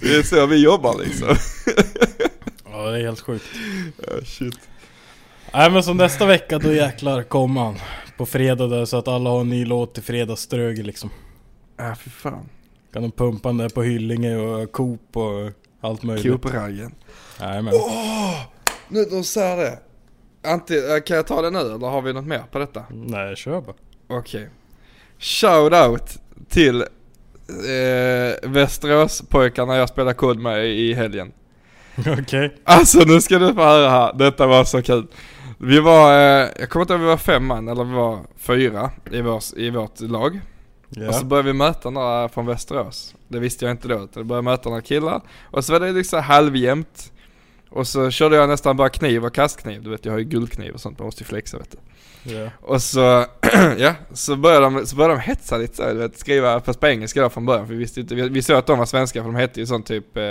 S3: Det är så vi jobbar liksom.
S5: ja, det är helt sjukt.
S3: Ja, Shit.
S5: Nej men som nästa vecka då jäklar kommer han. På fredag där så att alla har en ny låt till fredagsströge liksom.
S3: Ja, för fan.
S5: Kan de pumpa den där på Hyllinge och Coop och allt möjligt.
S3: Cooperraggen.
S5: Nej men.
S3: Nu, de säger det. Ante, eh, kan jag ta det nu eller har vi något mer på detta?
S5: Nej kör bara.
S3: Okej. Shout out till eh, Västeråspojkarna jag spelade kod med i helgen.
S5: Okej.
S3: Alltså nu ska du få höra här, detta var så kul. Vi var, eh, jag kommer inte ihåg om vi var fem man eller vi var fyra i, vår, i vårt lag. Och så
S5: Ja.
S3: började vi möta några från Västerås. Det visste jag inte då. utan Vi började möta några killar. Och så var det liksom halvjämnt. Och så körde jag nästan bara kniv och kastkniv. Du vet jag har ju guldkniv och sånt. Man måste ju flexa vet du.
S5: Ja.
S3: Och så, ja, så började de, så började de hetsa lite så, här, du vet, skriva fast på engelska då från början. För vi visste inte, vi, vi såg att de var svenska för de hette ju sånt typ eh,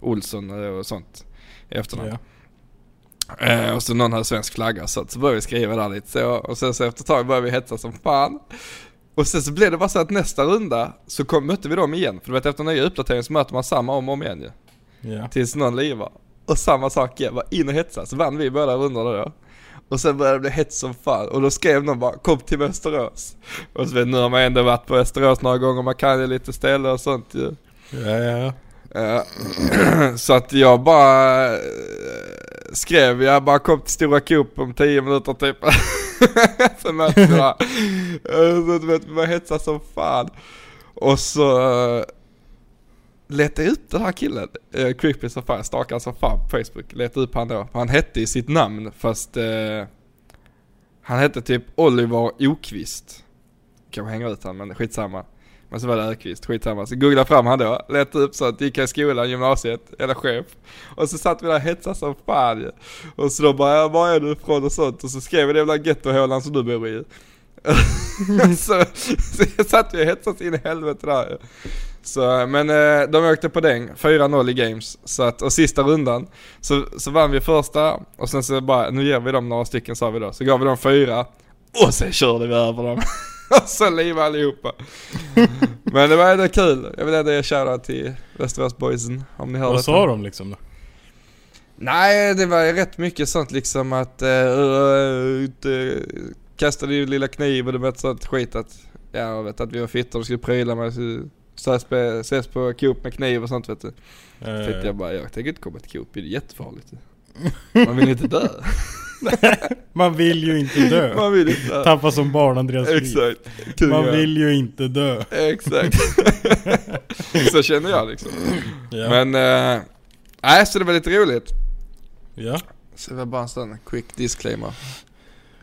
S3: Olsson och sånt. i Efternamn.
S5: Ja.
S3: Eh, och så någon hade svensk flagga så, att- så började vi skriva där lite så och sen så efter ett tag började vi hetsa som fan. Och sen så blev det bara så att nästa runda så kom, mötte vi dem igen. För du vet efter nya uppdatering så möter man samma om och om igen ju.
S5: Ja.
S3: Tills någon livar. Och samma sak igen, bara in och hetsa. Så vann vi båda rundorna då. Och sen började det bli hets som fan. Och då skrev någon bara kom till Västerås. Och så vet nu har man ändå varit på Västerås några gånger, man kan ju lite ställen och sånt ju.
S5: Ja, ja.
S3: Eh, Så att jag bara eh, skrev, jag bara kom till Stora Coop om 10 minuter typ. så möts vi där. Eh, Så du vet, vi började hetsa som fan. Och så eh, letade jag upp den här killen, eh, creepy som fan, stakaren som fan på Facebook. Letade upp han då, han hette i sitt namn fast eh, han hette typ Oliver Okvist. Kanske hänga ut han men skitsamma. Men så var det Öqvist, skitsamma. Så googlade fram han då, letade upp sånt, gick jag i skolan, gymnasiet, eller chef. Och så satt vi där och hetsade som fan ju. Och så då bara, "Ja, var är du ifrån och sånt? Och så skrev jag den jävla gettohålan som du bor i. så, så jag satt ju och hetsades in i helvete där så, men eh, de åkte på den, 4-0 i games. Så att, och sista rundan så, så vann vi första och sen så bara, nu ger vi dem några stycken sa vi då. Så gav vi dem fyra och sen körde vi över dem. och så livade allihopa. men det var ändå kul. Jag vill ändå ge shoutout till Västerås boysen om ni hör
S5: Vad
S3: detta.
S5: sa de liksom då?
S3: Nej, det var ju rätt mycket sånt liksom att eh, uh, uh, kastade ju lilla kniv och det var ett sånt skit att ja, jag vet att vi var fittor och skulle pryla med så- så här spe- ses på Coop med kniv och sånt vet du. Så
S5: Eh,
S3: tänkte jag bara, jag tänker inte komma till Coop, det är jättefarligt. Man vill inte dö.
S5: Eh, Man vill ju inte dö.
S3: Man vill inte dö.
S5: Tappa som barn Andreas Frid.
S3: Exakt. Kung
S5: Man
S3: ja.
S5: vill ju inte dö.
S3: Exakt. så känner jag liksom.
S5: Ja.
S3: Men, eh, nej så det var lite roligt.
S5: ja.
S3: Så det var bara en sån quick disclaimer.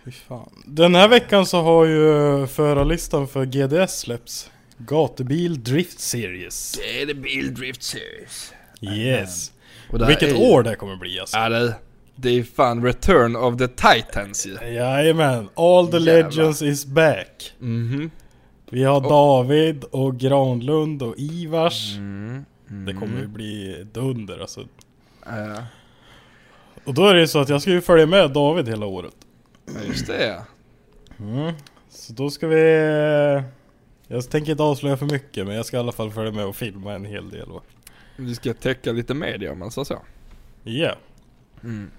S5: Fy fan. Den här veckan så har ju förarlistan för GDS släppts. Gatubil Drift Series.
S3: Det är the Bill Drift Series.
S5: Yes.
S3: Och det här
S5: Vilket
S3: är ju-
S5: år det kommer bli alltså.
S3: Ja det, det är fan Return of the Titans ju.
S5: Jajamän. All the
S3: Jävlar.
S5: legends is back.
S3: Mhm.
S5: Vi har David och Granlund och Ivars. Det kommer ju bli dunder alltså.
S3: Mm, Ja,
S5: Och då är det ju så att jag ska ju följa med David hela året.
S3: ja, just det ja.
S5: Så då ska vi... Jag tänker inte avslöja för mycket men jag ska i alla fall följa med och filma en hel del va.
S3: Du ska täcka lite media om man sa så.
S5: Ja.
S3: Mm.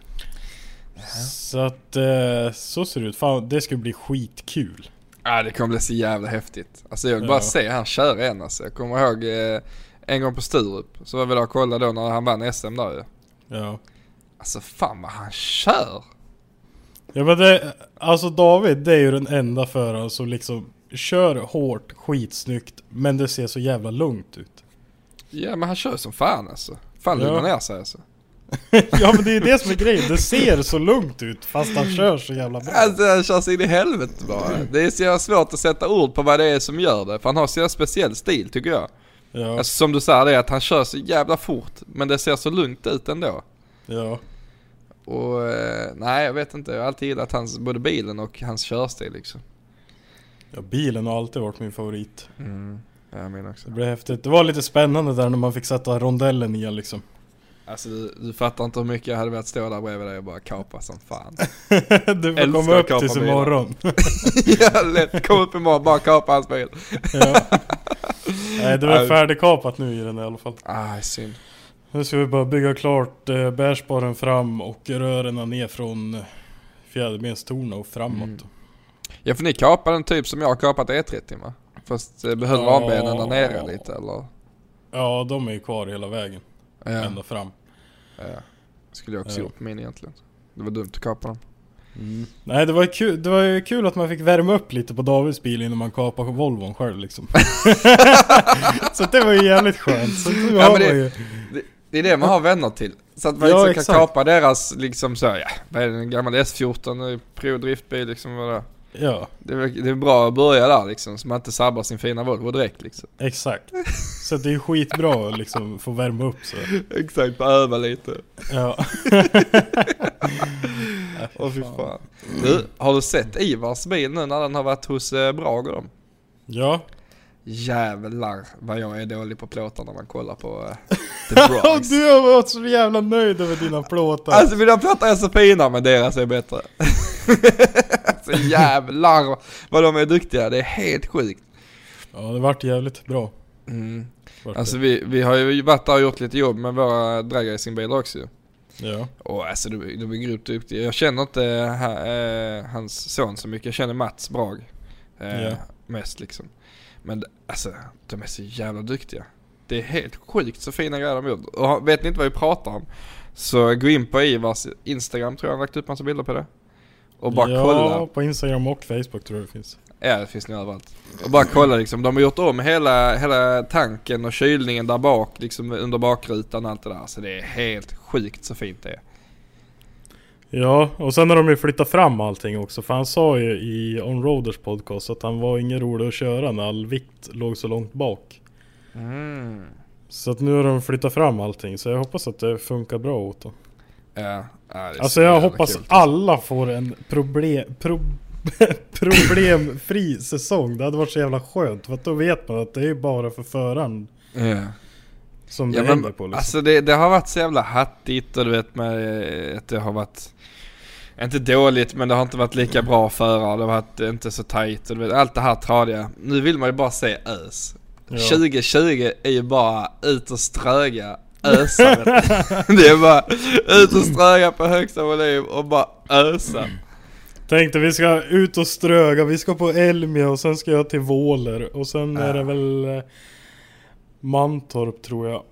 S5: Så att eh, så ser det ut. Fan, det ska bli skitkul.
S3: Ja det kommer bli så jävla häftigt. Alltså jag vill
S5: Ja.
S3: bara se han köra en alltså. Jag kommer ihåg eh, en gång på Sturup så var vi där och kollade då när han vann SM där ju.
S5: Ja.
S3: Alltså fan vad han kör!
S5: Ja men det, alltså David det är ju den enda föraren som liksom kör hårt, skitsnyggt, men det ser så jävla lugnt ut.
S3: Ja men han kör som fan alltså. Fan
S5: Ja.
S3: lugnar ner sig alltså.
S5: ja men det är ju det som är grejen, det ser så lugnt ut fast han kör så jävla bra.
S3: Alltså han kör sig in i helvete bara. Det är så jävla svårt att sätta ord på vad det är som gör det. För han har så jävla speciell stil tycker jag.
S5: Ja,
S3: Alltså som du säger det är att han kör så jävla fort men det ser så lugnt ut ändå.
S5: ja.
S3: Och eh, nej jag vet inte, jag har alltid gillat hans, både bilen och hans körstil liksom.
S5: ja bilen har alltid varit min favorit.
S3: Mm. Ja, jag menar också.
S5: Det blev häftigt. Det var lite spännande där när man fick sätta rondellen igen liksom.
S3: Alltså du, du fattar inte hur mycket jag hade velat stå där bredvid dig och bara kapa som fan.
S5: du får
S3: Älskar
S5: komma upp
S3: att
S5: tills
S3: kapa bilar.
S5: imorgon.
S3: ja lätt, kom upp imorgon bara kapa hans bil.
S5: ja. Nej det var
S3: Ja.
S5: färdigkapat nu i den i alla fall.
S3: Ah synd.
S5: Nu ska vi bara bygga klart eh, bärsparen fram och rören ner från eh, fjäderbenstorna och framåt.
S3: Mm. Ja för ni kapade den typ som jag har kapat E30 va? Fast eh, behöll
S5: Ja.
S3: rambenen där nere lite eller?
S5: Ja, de är ju kvar hela vägen.
S3: Ja,
S5: Ända fram.
S3: skulle jag också
S5: Ja.
S3: gjort på min egentligen. Det var dumt att kapa dem.
S5: Nej, det var, ju kul, det var ju kul att man fick värma upp lite på Davids bil innan man kapade Volvon själv liksom. så det var ju jävligt skönt. Så nu
S3: Ja, men
S5: har man
S3: det-
S5: ju...
S3: Det, det är det man har vänner till. Så att man
S5: Ja,
S3: liksom kan
S5: exakt.
S3: kapa deras liksom så här, ja, vad är det, en gammal S14, eh, prodriftbil liksom vad det är.
S5: Ja,
S3: Det är, väl- det är bra att börja där liksom, så man inte sabbar sin fina Volvo direkt liksom.
S5: exakt. Så det är ju skitbra att liksom få värma upp så.
S3: Exakt, bara öva lite.
S5: Ja.
S3: Åh fy fan. Du, har du sett Ivars bil nu när den har varit hos eh, Brage och dem?
S5: Ja.
S3: Jävlar vad jag är dålig på plåtar när man kollar på eh, The Bronx.
S5: Du har varit så jävla nöjd över dina plåtar.
S3: Alltså mina plattor är så fina men deras är bättre. alltså jävlar vad de är duktiga, det är helt sjukt.
S5: Ja, det vart jävligt bra.
S3: Mm.
S5: Vart
S3: Alltså vi, vi har ju varit där och gjort lite jobb med våra dragracingbilar också ju.
S5: det. Ja.
S3: Och alltså de, de är grymt duktiga. Jag känner inte ha, eh, hans son så mycket, jag känner Mats Brag. Eh,
S5: Ja.
S3: Mest liksom. Men d- alltså de är så jävla duktiga. Det är helt sjukt så fina grejer de gjort. Och har- vet ni inte vad vi pratar om? Så gå in på Ivars Instagram tror jag han lagt upp massa bilder på det. Och bara
S5: ja,
S3: kolla.
S5: på Instagram och Facebook tror jag det finns.
S3: Ja det finns nog överallt. Och bara kolla liksom, de har gjort om hela, hela tanken och kylningen där bak liksom under bakrutan och allt det där. Så det är helt sjukt så fint det är.
S5: Ja, och sen har de ju flyttat fram allting också. För han sa ju i Onroaders podcast att han var ingen rolig att köra när all vikt låg så långt bak. Så att nu har de flyttat fram allting. Så jag hoppas att det funkar bra åt dem.
S3: Ja, ja, det är så
S5: Alltså jag
S3: jävla
S5: hoppas
S3: kul.
S5: alla får en proble- pro- problemfri säsong. Det hade varit så jävla skönt. För att då vet man att det är ju bara för föraren
S3: Ja.
S5: som det
S3: Ja,
S5: hänger
S3: men,
S5: på. Liksom.
S3: alltså det, det har varit så jävla hattigt och du vet med eh, att det har varit inte dåligt men det har inte varit lika bra förare, det har varit eh, inte så tajt och du vet allt det här tradiga. Nu vill man ju bara se ös.
S5: Ja.
S3: 2020 är ju bara ut och ströga ösa. vet du. det är bara ut och ströga på högsta volym och bara ösa.
S5: Mm. Tänkte vi ska ut och ströga, vi ska på Elmia och sen ska jag till Våler och sen är det väl eh, Mantorp tror jag.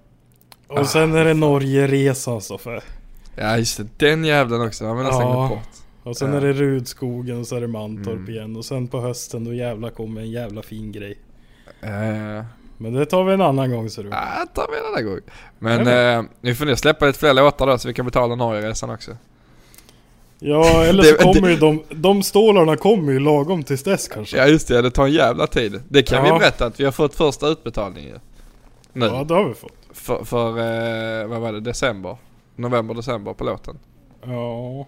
S5: Och
S3: Ah.
S5: sen är det Norgeresan så för.
S3: Ja just det, den jävlen också, har man nästan
S5: Ja.
S3: glömt bort.
S5: Och sen
S3: Ja. Mm.
S5: är det Rudskogen och så är det Mantorp igen och sen på hösten då jävla kommer en jävla fin grej.
S3: Eh,
S5: Men det tar vi en annan gång ser du.
S3: Ja, ta med en annan gång. Mm. Men eh, nu får ni släppa lite fler låtar då så vi kan betala Norgeresan också.
S5: Ja eller så
S3: Det-
S5: kommer
S3: det-
S5: ju de, de stålarna kommer ju lagom tills dess kanske.
S3: Ja just det, det tar en jävla tid. Det kan
S5: Ja.
S3: vi berätta att vi har fått första utbetalningen ju. Nu.
S5: Ja det har vi fått.
S3: För, för eh, vad var det, december? November, december på låten.
S5: Ja.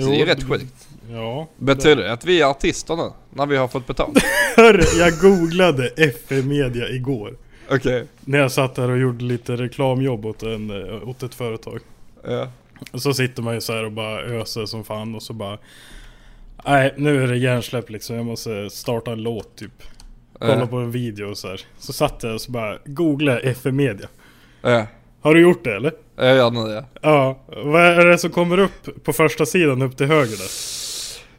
S3: Så det är ju rätt
S5: d-
S3: sjukt.
S5: Ja.
S3: Betyder det att vi är artister nu? När vi har fått betalt?
S5: Hörru, jag googlade FE Media igår.
S3: Okej.
S5: När jag satt här och gjorde lite reklamjobb åt, en, eh, åt ett företag.
S3: Ja.
S5: Och så sitter man ju så här och bara öser som fan och så bara... Nej, nu är det hjärnsläpp liksom. Jag måste starta en låt typ. Kolla
S3: Ja.
S5: på en video och så här. Så satt jag och så bara googlade FE Media.
S3: Ja.
S5: Har du gjort det eller?
S3: Jag gör det nu ja.
S5: Ja. Vad är det som kommer upp på första sidan upp till höger där?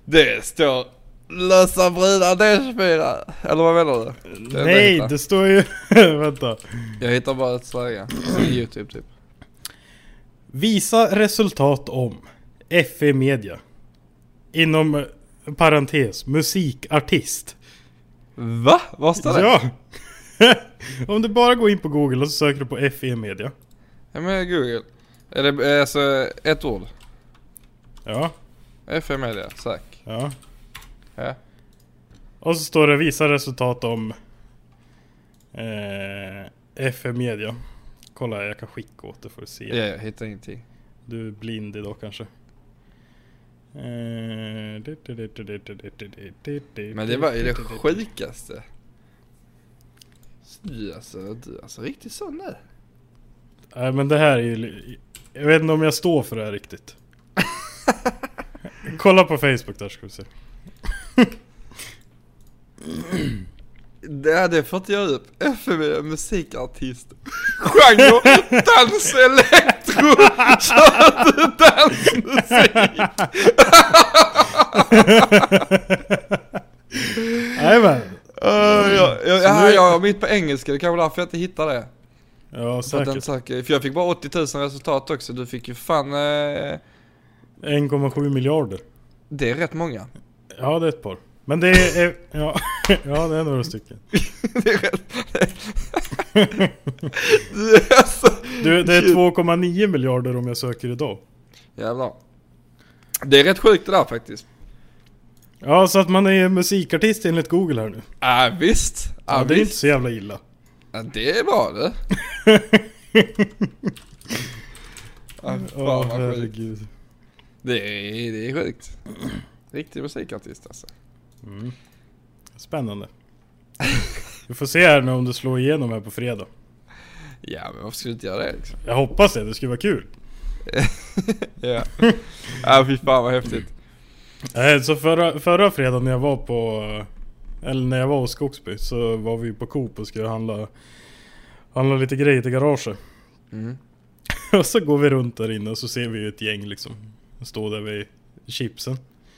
S3: Det står Lösa brudar D24. Eller vad menar du? Det är det jag
S5: Nej,
S3: hittar.
S5: det står ju... vänta.
S3: Jag hittar bara ett slöja. Som i Youtube typ.
S5: Visa resultat om FE Media. Inom eh, parentes musikartist.
S3: Va? Var står det?
S5: Ja! om du bara går in på Google och så söker du på FE Media.
S3: Ja men google. Är det eh, alltså ett ord?
S5: Ja,
S3: FM media, sök.
S5: ja.
S3: Ja.
S5: Och så står det visa resultat om eh, FE Media. Kolla, jag kan skicka åt det för att se.
S3: Ja, jag hittar ingenting.
S5: Du är blind idag kanske. Eh, Men
S3: Men det var ju det sjukaste. Du alltså, du alltså riktigt sån där.
S5: Nej men det här är ju... li- Jag vet inte om jag står för det här riktigt. Kolla på Facebook där ska vi se.
S3: Det hade jag fått göra upp. FM media, musikartist. Genre, dans, elektro. Kör du dansmusik?
S5: Jajamän!
S3: Uh, jag, jag, jag, jag har mitt på engelska, det kanske var därför jag inte hittade det.
S5: Ja
S3: För, att den
S5: säkert.
S3: söker, för jag fick bara 80 000 resultat också, du fick ju fan... Eh,
S5: 1,7 miljarder.
S3: det är rätt många.
S5: Ja det är ett par. Men det är... Ja, ja det är några stycken.
S3: Det är rätt... Du är alltså...
S5: Du, det är 2,9 miljarder om jag söker idag.
S3: Jävlar. Det är rätt sjukt det där faktiskt.
S5: Ja så att man är musikartist enligt Google här nu.
S3: Ja visst. Ja,
S5: Ja, det är inte
S3: visst.
S5: så jävla illa.
S3: Ja, det är bra det. Ja, fan
S5: Åh
S3: vad sjukt.
S5: herregud.
S3: Det är, det är sjukt. Riktig musikartist alltså.
S5: Spännande. Vi får se här nu om du slår igenom här på fredag.
S3: Ja men varför skulle du inte göra det liksom?
S5: Jag hoppas det, det skulle vara kul.
S3: Ja. Ja fy fan vad häftigt.
S5: Nej, Eh, så förra, förra fredagen när jag var på... Eller när jag var hos Skogsby så var vi på Coop och skulle handla, handla lite grejer till garaget.
S3: Mm.
S5: Och så går vi runt där inne och så ser vi ju ett gäng liksom. Stå där vid chipsen.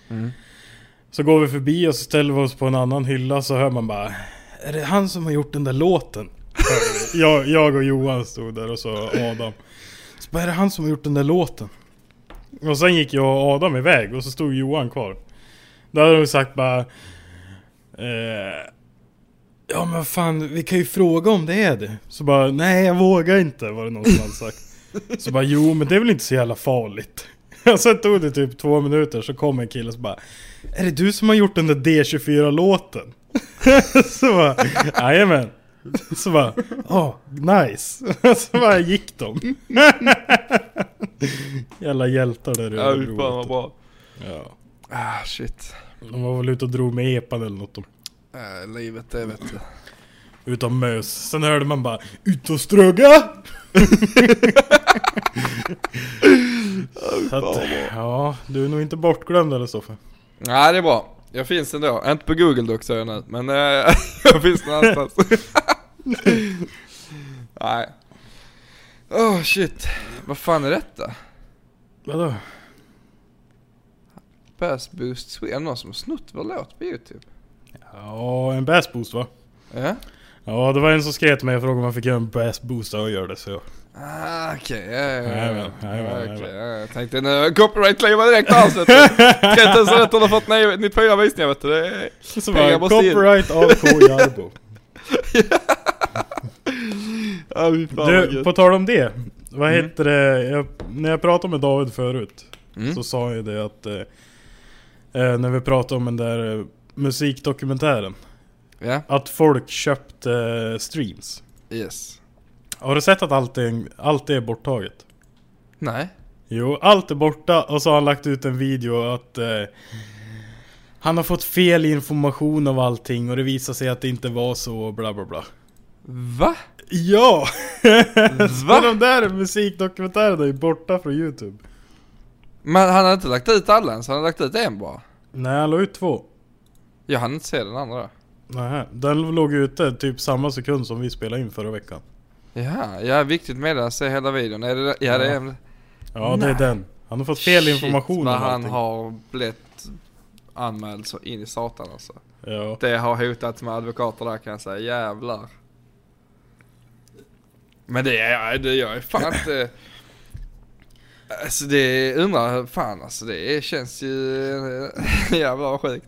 S3: Mm.
S5: Så går vi förbi och så ställer vi oss på en annan hylla så hör man bara Är det han som har gjort den där låten? Hör vi. jag, jag och Johan stod där och så Adam. Så bara, är det han som har gjort den där låten? Och sen gick jag och Adam iväg och så stod Johan kvar. Då hade de sagt bara... Eh, ja men fan, vi kan ju fråga om det är det. Så bara, nej jag vågar inte var det någon som hade sagt. Så bara, jo men det är väl inte så jävla farligt. Och sen tog det typ två minuter så kom en kille och så bara Är det du som har gjort den där D24-låten? så bara, jajamän. Så bara, åh, nice. så bara gick de. Jävla hjältar där i
S3: Ja fy
S5: Örebro,
S3: fan vad
S5: vet du.
S3: bra.
S5: Ja.
S3: Ah shit.
S5: De var väl ute och drog med epan eller något. De,
S3: Äh, livet det vet du.
S5: ut och mös. Sen hörde man bara Ut och ströga! Så att, ja, du är nog inte bortglömd eller så.
S3: Nej det är bra. Jag finns ändå. Inte på google dock säger jag nu. Men eh, jag finns någonstans. Nej. Oh shit. Vad fan är detta?
S5: Vadå?
S3: Bass Boost Sweden. Är det någon som har snott vår låt på youtube?
S5: Ja, en bass boost va?
S3: Ja.
S5: Ja, det var en som skrev till mig och frågade om man fick göra en bass boost. Ja, jag gör det så jag.
S3: Ah, okej, ja, ja, ja,
S5: Jajamän,
S3: ja,
S5: jajamän,
S3: okej, ja,
S5: jajamän.
S3: jag tänkte nu, copyright claima direkt här så att 3194 visningar vet du, det är...
S5: Så
S3: Pengar
S5: bara,
S3: måste in.
S5: copyright av K. Jarbo.
S3: Ja, fy fan vad
S5: Du,
S3: gött.
S5: på tal om det. Vad
S3: Mm.
S5: heter det? Jag, när jag pratade med David förut.
S3: Mm.
S5: Så sa jag det att... Eh, eh, när vi pratade om den där eh, musikdokumentären.
S3: Ja,
S5: Att folk köpte eh, streams.
S3: yes.
S5: Har du sett att allt är, allt är borttaget?
S3: Nej.
S5: Jo, allt är borta och så har han lagt ut en video att eh, han har fått fel information av allting och det visar sig att det inte var så och bla bla bla.
S3: Va?
S5: Ja!
S3: Va?
S5: så de där musikdokumentärerna är borta från Youtube.
S3: Men han har inte lagt ut alla ens, han har lagt ut en bara.
S5: Nej, han la ut två.
S3: Jag hann inte se den andra.
S5: Nähä. Den låg ute typ samma sekund som vi spelade in förra veckan.
S3: Ja, ja viktigt med att se hela videon. Är det, ja, det är...
S5: Ja, det är den. Han har fått fel information
S3: Shit,
S5: om
S3: vad han
S5: allting.
S3: har blivit anmäld så in i satan alltså.
S5: Ja.
S3: Det har hotat med advokater där kan jag säga, jävlar. Men det är, det jag är fan inte... Alltså det undrar hur fan alltså det känns ju jävlar vad sjukt.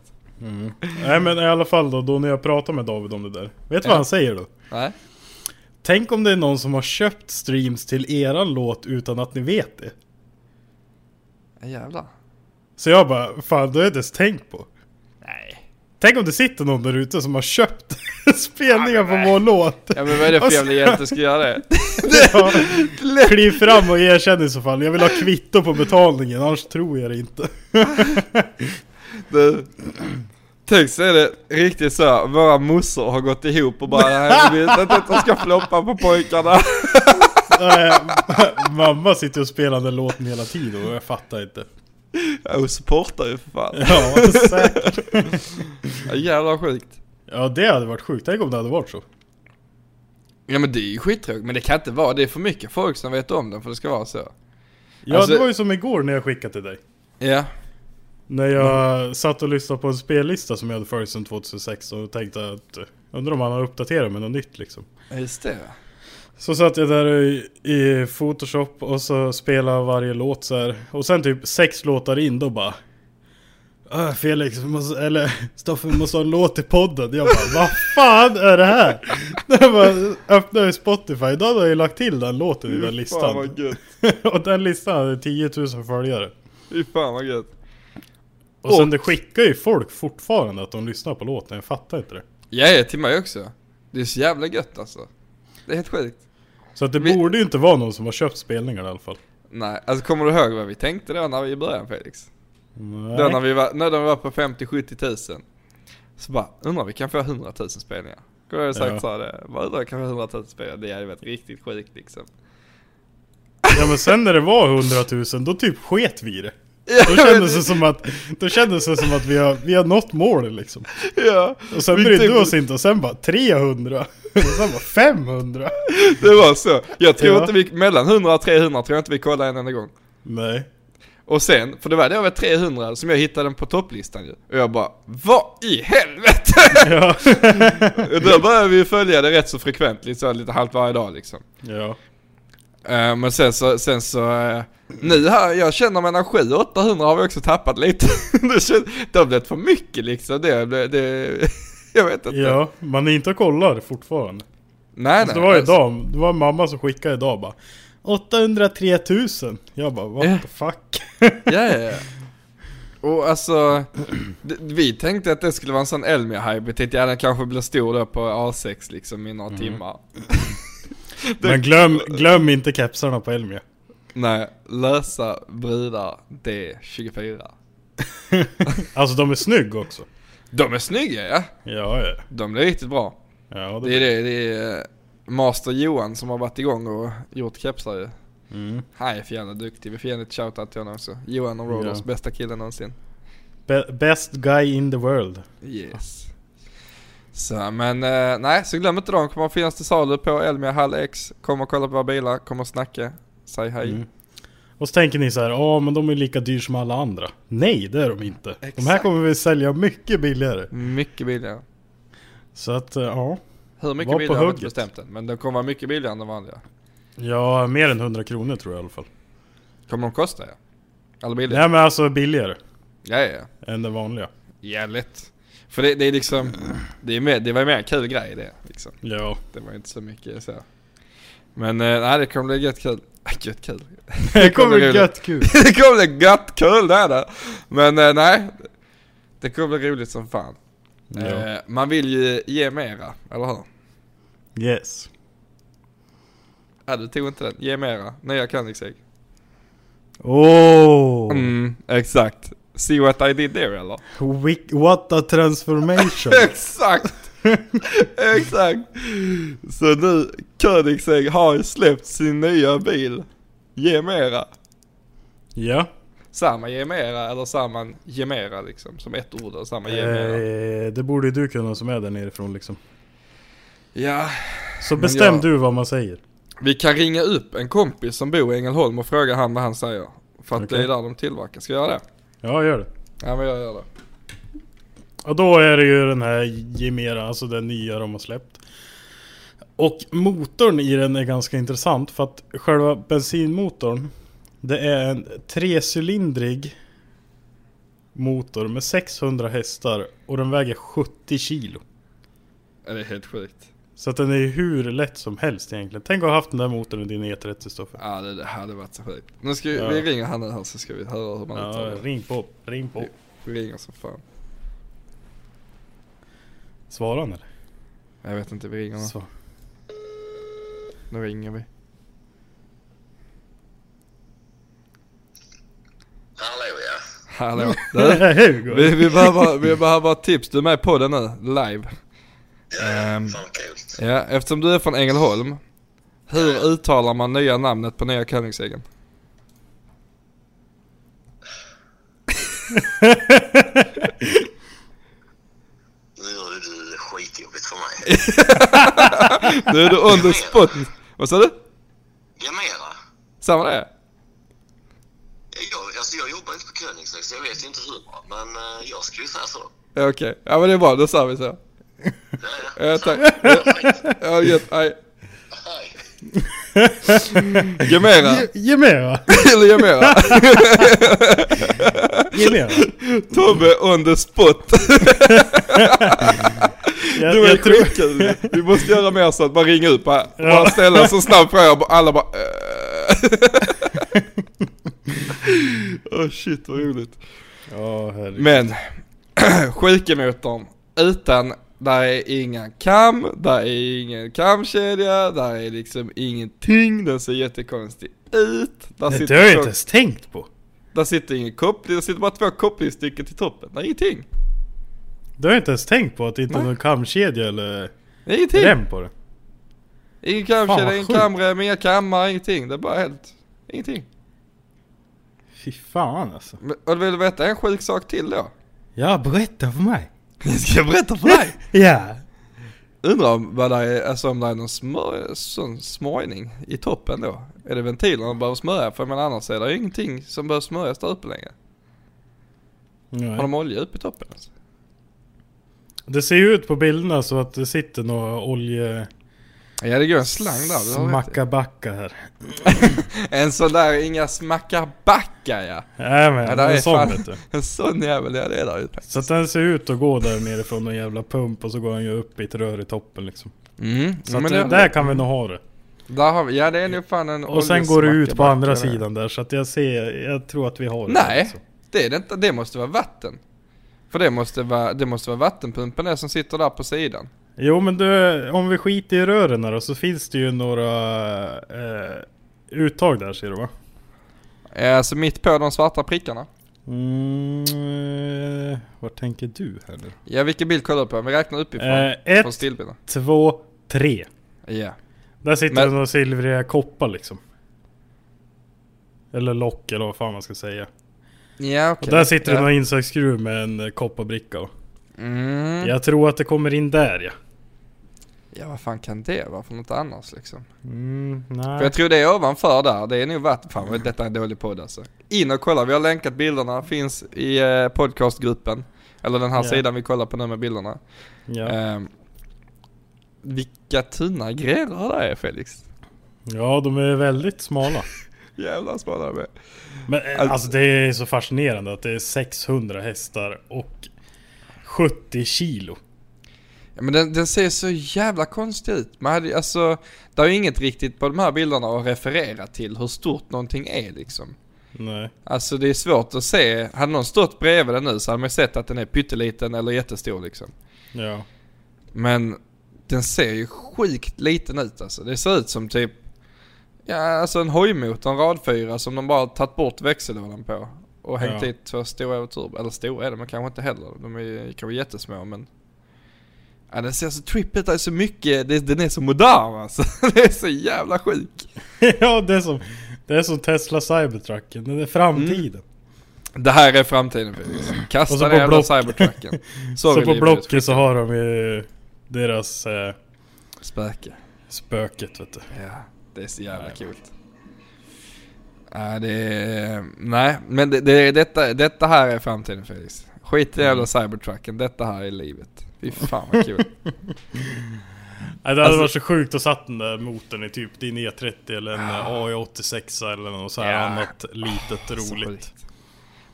S5: Nej men i alla fall då, då när jag pratar med David om det där. Vet du vad
S3: Ja.
S5: han säger då?
S3: Nej?
S5: Tänk om det är någon som har köpt streams till eran låt utan att ni vet det.
S3: Jävlar.
S5: Så jag bara, fan det har jag inte ens tänkt på.
S3: Nej.
S5: Tänk om det sitter någon där ute som har köpt spelningar på vår låt. Alltså,
S3: Ja men vad är det för jävla hjälte ska göra det?
S5: Ja. Kliv fram och erkänn i så fall. Jag vill ha kvitto på betalningen, annars tror jag det inte.
S3: Du. Tänk så är det riktigt så här, våra mossor har gått ihop och bara "Nej, vi vet inte att de ska floppa på pojkarna.
S5: Nej, Mamma sitter och spelar den låten hela tiden och jag fattar inte.
S3: Ja, hon supportar ju för fan.
S5: Ja, säkert.
S3: Ja, jävlar vad sjukt.
S5: Ja, det hade varit sjukt. Tänk om det hade varit så.
S3: Ja men det är ju skittråkigt, men det kan inte vara, det är för mycket folk som vet om den för det ska vara så.
S5: Ja,
S3: Alltså-
S5: det var ju som igår när jag skickade till dig.
S3: Ja.
S5: När jag
S3: Mm.
S5: satt och lyssnade på en spellista som jag hade följt sedan 2006 och tänkte att eh, undrar om han har uppdaterat med något nytt liksom.
S3: Just det.
S5: Så satt jag där i, i Photoshop och så spelade varje låt så här. Och sen typ sex låtar in då bara "Ah, Felix, vi måste, eller Stoffe, vi måste ha en låt i podden. Jag bara, vad fan är det här? När jag bara öppnade Spotify, då hade jag ju lagt till den låten i den
S3: Fan
S5: listan.
S3: vad gött.
S5: och den listan hade 10 000 följare.
S3: Fy fan vad gött.
S5: Och sen det skickar ju folk fortfarande att de lyssnar på låten, jag fattar inte det.
S3: Ja, ja, till mig också. Det är så jävla gött alltså. Det är helt sjukt.
S5: Så att det
S3: Vi-
S5: borde ju inte vara någon som har köpt spelningarna i alla fall.
S3: Nej, alltså kommer du ihåg vad vi tänkte då när vi i början Felix? Då när
S5: Nej.
S3: vi var, när de var på 50-70 000. Så bara, undrar om vi kan få 100 000 spelningar. Kommer jag sagt
S5: Ja.
S3: ja. så det, bara undrar om vi kan få 100 000 spelningar, det hade varit riktigt sjukt liksom.
S5: Ja men sen när det var 100 000, då typ sket vi i det. Då
S3: men-
S5: kändes det som att, då kändes det som att vi har, vi har nått målet liksom.
S3: Ja.
S5: Och sen
S3: Vi typ-
S5: brydde vi
S3: tänkte-
S5: oss inte och sen bara 300. Och sen bara 500.
S3: Det var så. Jag tror
S5: Ja.
S3: inte vi, mellan 100 och 300 tror jag inte vi kollade en enda gång.
S5: Nej.
S3: Och sen, för det var det över 300 som jag hittade den på topplistan ju. Och jag bara, vad i helvete?
S5: Ja.
S3: Och Då började vi ju följa det rätt så frekvent, lite, så, lite halvt varje dag liksom.
S5: ja.
S3: Eh, men sen så, sen så eh, nu här, jag känner mellan 700 och 800 har vi också tappat lite. det, kän, det har blivit för mycket liksom, det, har blivit- det jag vet inte.
S5: Ja, man är inte och kollar fortfarande.
S3: Nej,
S5: Alltså,
S3: nej,
S5: det var
S3: alltså,
S5: idag, det var mamma som skickade idag bara 803 000. Jag bara
S3: Ja.
S5: what the fuck.
S3: Ja, ja, ja. Och alltså, d- vi tänkte att det skulle vara en sån Elmia-hype, vi tänkte ja den kanske blir stor då på A6 liksom i några
S5: Mm.
S3: timmar.
S5: Men glöm, glöm inte kepsarna på Elmia.
S3: Nej, lösa brudar D24.
S5: Alltså de är snygg också.
S3: De är snygga ja.
S5: Ja, ja.
S3: De är riktigt bra.
S5: ja
S3: Det är det, det är eh, Master Johan som har varit igång och gjort kepsar ju.
S5: Mm.
S3: Han är för jävla duktig, vi får ge ett shoutout till honom också. Johan och Rollers,
S5: Ja.
S3: bästa killen någonsin.
S5: Be- best guy in the world.
S3: Yes. Så men eh, nej, så glöm inte dem, kommer att finnas till salu på Elmia Hall X. Kom och kolla på våra bilar, kom och snacka, säg hej.
S5: Mm. Och så tänker ni så här, ja men de är lika dyr som alla andra. Nej, det är de inte. De här
S3: Exakt.
S5: kommer vi sälja mycket billigare.
S3: Mycket billigare.
S5: Så att, eh, ja.
S3: Hur mycket
S5: Var på
S3: billigare har vi inte
S5: hugget.
S3: bestämt än, men de kommer vara mycket billigare än de vanliga.
S5: Ja, mer än 100 kronor tror jag i alla fall.
S3: Kommer de kosta ja? Alla bilar?
S5: Nej men alltså billigare
S3: Ja, ja, ja.
S5: än den vanliga.
S3: Ja, lätt. För det, det är liksom, det, är mer, det var ju mer en kul grej det. Liksom.
S5: Ja.
S3: Det var inte så mycket så. Men eh, nej, det kommer bli gött kul. Äh, Gött kul.
S5: Det kommer
S3: roligt.
S5: bli gött kul.
S3: det kommer bli gött kul det är det. Men eh, nej. Det kommer bli roligt som fan.
S5: Ja.
S3: Eh, man vill ju ge mera, eller hur?
S5: Yes.
S3: Ja, Äh, du tog inte den. Ge mera. Nya Koenigsegg.
S5: Oh,
S3: Mm, exakt. See what I did there eller?
S5: wick- what a transformation.
S3: Exakt! Exakt! Så nu, Koenigsegg har ju släppt sin nya bil. Ge mera.
S5: ja.
S3: Samma ge mera eller samma ge mera liksom. Som ett ord och samma ge mera.
S5: Eh, det borde ju du kunna som är där nerifrån liksom.
S3: Ja,
S5: Så
S3: Men
S5: bestäm
S3: jag-
S5: du vad man säger.
S3: vi kan ringa upp en kompis som bor i Ängelholm och fråga han vad han säger. För att det
S5: Okej.
S3: är där de tillverkar. Ska jag göra det?
S5: Ja, gör det.
S3: Ja men jag gör det.
S5: Och då är det ju den här Gemera, alltså den nya de har släppt. Och motorn i den är ganska intressant för att själva bensinmotorn Det är en trecylindrig motor med 600 hästar och den väger 70 kilo.
S3: Ja, Det är helt sjukt.
S5: Så att den är ju hur lätt som helst egentligen. Tänk att ha haft den där motorn i din E30 Stoffe.
S3: Ja det, det hade varit så sjukt. Nu ska vi,
S5: Ja.
S3: vi ringer han nu här så ska vi höra hur man
S5: Ja,
S3: uttalar det.
S5: ring på, ring på.
S3: Vi ringer som fan.
S5: Svarar han eller?
S3: Jag vet inte, vi ringer honom.
S5: Svar.
S3: Nu ringer vi.
S6: Hallå ja.
S3: Hallå. Du,
S5: Hugo!
S3: vi, vi, behöver, vi behöver ett tips. Du är med på den nu, live. Ehm,
S6: Fan vad kul.
S3: ja, eftersom du är från Ängelholm. Hur uttalar man nya namnet på nya Koenigseggen?
S6: Nu gör du det skitjobbigt för mig.
S3: Nu är du on the spot. Vad sa du?
S6: Jag mera.
S3: Samma det?
S6: Jag, alltså jag jobbar inte på Koenigsegg så jag vet ju inte hur bra, men eh, jag skulle ju säga så.
S3: Ja, Okej, ja men det är bra. Då sa vi så.
S6: Ja, ja.
S3: Ja, tack.
S6: Perfekt.
S3: Ja, gött. Aj.
S6: Hej.
S3: Gemera.
S5: Gemera!
S3: Eller Gemera.
S5: Gemera!
S3: Tobbe on the spot.
S5: Jag,
S3: Det var
S5: jag tror-
S3: skitkul. Vi måste göra mer så att man ringer upp bara,
S5: Ja.
S3: bara ställa en så snabb fråga och alla bara "Äh." eh. Åh shit vad roligt.
S5: Ja, herregud.
S3: Men sjukemotorn utan, där är inga kam, där är ingen kamkedja, där är liksom ingenting, den ser jättekonstig ut. Där
S5: Nej, det har jag
S3: två-
S5: inte ens tänkt på.
S3: Där sitter ingen koppling, där sitter bara två kopplingsstycken till toppen. Där är ingenting.
S5: Det har jag inte ens tänkt på att det inte är
S3: Nej. Typ.
S5: någon kamkedja eller
S3: Det är ingenting.
S5: rem på det.
S3: Ingen
S5: Fan,
S3: kamkedja,
S5: vad
S3: ingen
S5: sjukt.
S3: kamrem, inga kammar, ingenting. Det är bara helt, ingenting.
S5: Fy fan alltså.
S3: Men- Och vill du veta en sjuk sak till då?
S5: Ja, berätta för mig.
S3: Ska jag berätta för dig?
S5: Ja.
S3: Undrar om vad det är, alltså om det är någon smör, sån smörjning i toppen då? Är det ventilerna de behöver smörja? För men annars är det ju ingenting som behöver smörjas där uppe längre. Har de olja uppe i toppen alltså?
S5: Det ser ju ut på bilderna så att det sitter några olje...
S3: Ja det går en slang där, du har rätt.
S5: Smackabacka här.
S3: En sån där, inga smackabacka ja.
S5: Nej men,
S3: ja där
S5: en
S3: är
S5: sån
S3: fan,
S5: vet du.
S3: en sån jävel, ja det är där ju.
S5: Så att den ser ut att gå där nere från någon jävla pump och så går han ju upp i ett rör i toppen liksom.
S3: Mm,
S5: Så
S3: ja,
S5: att
S3: men
S5: det,
S3: det,
S5: där kan vi nog ha det.
S3: där har vi, ja det är nog fan en
S5: Och sen går det ut på andra
S3: oljesmackabacka där.
S5: sidan där så att jag ser, jag tror att vi har det.
S3: Nej,
S5: alltså.
S3: det är det inte. Det måste vara vatten. För det måste vara, det måste vara vattenpumpen där som sitter där på sidan.
S5: Jo men du, om vi skiter i rören här då, så finns det ju några eh, uttag där ser du va?
S3: Eh, Alltså mitt på de svarta prickarna.
S5: Mm, Vad tänker du här nu?
S3: Ja vilken bild kollar du på? Vi räknar uppifrån.
S5: Eh, ett.
S3: Från stillbilden.
S5: Två, tre.
S3: Ja.
S5: Där sitter
S3: Men-
S5: Men... några silvriga koppar liksom. Eller lock eller vad fan man ska säga.
S3: Ja okej.
S5: Och där sitter det
S3: ja.
S5: någon insatsskruv med en eh, kopparbricka. och-
S3: Mm.
S5: Jag tror att det kommer in där ja.
S3: Ja vad fan kan det vara för något annars liksom?
S5: Mm,
S3: För
S5: nej.
S3: jag tror det är ovanför där, det är nog vatten. Fan vad detta är en dålig podd alltså. In och kolla, vi har länkat bilderna, finns i eh, podcastgruppen. Eller den här
S5: Ja.
S3: sidan vi kollar på nu med bilderna.
S5: Ja.
S3: Ehm, vilka tunna grenar det är Felix.
S5: ja, de är väldigt smala.
S3: Jävlar smala de är.
S5: Men eh,
S3: Alltså-
S5: alltså det är så fascinerande att det är 600 hästar och 70 kilo.
S3: Ja, men den, den ser så jävla konstig ut. Man hade, ju- alltså, det är ju inget riktigt på de här bilderna att referera till hur stort någonting är liksom.
S5: Nej.
S3: Alltså det är svårt att se. Hade någon stått bredvid den nu så hade man ju sett att den är pytteliten eller jättestor liksom.
S5: Ja.
S3: Men den ser ju sjukt liten ut alltså. Det ser ut som typ, ja alltså en hojmotor, en radfyra som de bara tagit bort växellådan på. Och hängt
S5: Ja.
S3: dit två stora turbo, eller stora är de men kanske inte heller. De är ju kanske jättesmå men. Ja den ser så tripp ut, det är så mycket, det, den är så modern alltså. Det är så jävla sjuk.
S5: ja, det är som, det är som Tesla Cybertrucken. Den är
S3: Mm.
S5: framtiden.
S3: Det här är framtiden Felix.
S5: Och så
S3: Kasta
S5: på
S3: den jävla
S5: block-
S3: cybertrucken.
S5: Så
S3: Sorry
S5: på
S3: Liv,
S5: Blocket så har de ju deras eh,
S3: Spöke.
S5: spöket vet du.
S3: Ja, det är så jävla kul. Nej, det är, nej, men det, det, detta, detta här är framtiden Felix. Skit i jävla cybertrucken, detta här är livet. Fy fan vad kul.
S5: Nej, det hade
S3: Alltså-
S5: varit så sjukt att satt den där motorn i typ din E30 eller en AI86 eller något så här
S3: Ja. Alltså,
S5: annat litet
S3: Så
S5: roligt.
S3: sjukt.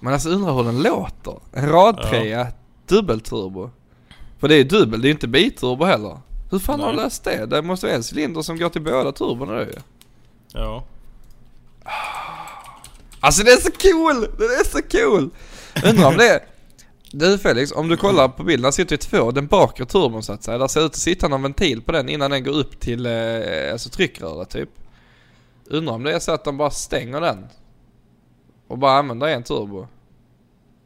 S3: Men alltså undrar hur den låter. En radtrea, dubbelturbo. För det är ju dubbel, det är ju inte biturbo heller. Hur fan har de
S5: Nej.
S3: löst det? Det måste vara en cylinder som går till båda turborna då ju.
S5: Ja.
S3: Alltså det är så cool! Det är så cool! Undrar om det... Du Felix, om du kollar på bilden, där sitter ju två, den bakre turbon så att säga. Där ser ut att sitta någon ventil på den innan den går upp till eh, alltså tryckröret typ. Undrar om det är så att de bara stänger den. Och bara använder en turbo.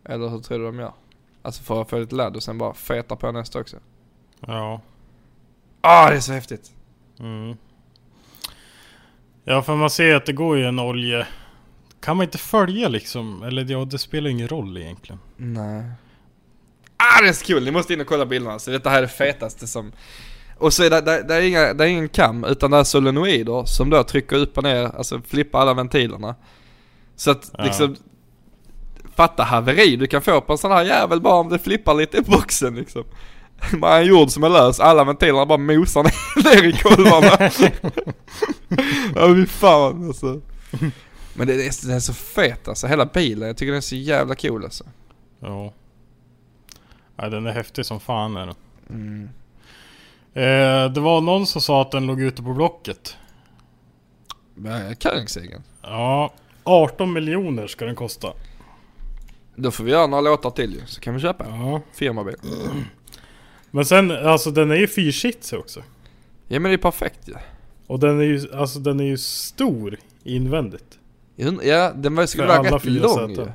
S3: Eller hur tror du de gör? Alltså för att få lite ladd och sen bara feta på nästa också.
S5: Ja.
S3: Ah det är så häftigt!
S5: Mm. Ja för man ser att det går ju en olje... Kan man inte följa liksom? Eller ja, det spelar ingen roll egentligen.
S3: Nej. Ah det är så kul, ni måste in och kolla bilderna. Så detta här är det fetaste som... Och så är det, det, det, är inga, det är ingen kam, utan det är solenoider som då trycker upp och ner, alltså flippar alla ventilerna. Så att
S5: Ja.
S3: liksom... Fatta haveri du kan få på en sån här jävel bara om det flippar lite i boxen liksom. Bara en jord som är lös, alla ventilerna bara mosar ner- ner i kolvarna. ja fy fan alltså. Men det, det, är, den är så fet alltså, hela bilen. Jag tycker den är så jävla cool alltså.
S5: Ja. ja den är häftig som fan är den.
S3: Mm.
S5: Eh, det var någon som sa att den låg ute på Blocket.
S3: Nej, Kungsängen.
S5: Ja. 18 miljoner ska den kosta.
S3: Då får vi göra några låtar till ju, så kan vi köpa en
S5: Ja.
S3: firmabil.
S5: Men sen, alltså den är ju fyrsitsig också.
S3: Ja men det är perfekt ju.
S5: Och den är ju, alltså den är ju stor invändigt.
S3: Jag und- Ja, den var- skulle
S5: För
S3: vara
S5: alla
S3: rätt
S5: fyra
S3: lång
S5: säten.
S3: ju.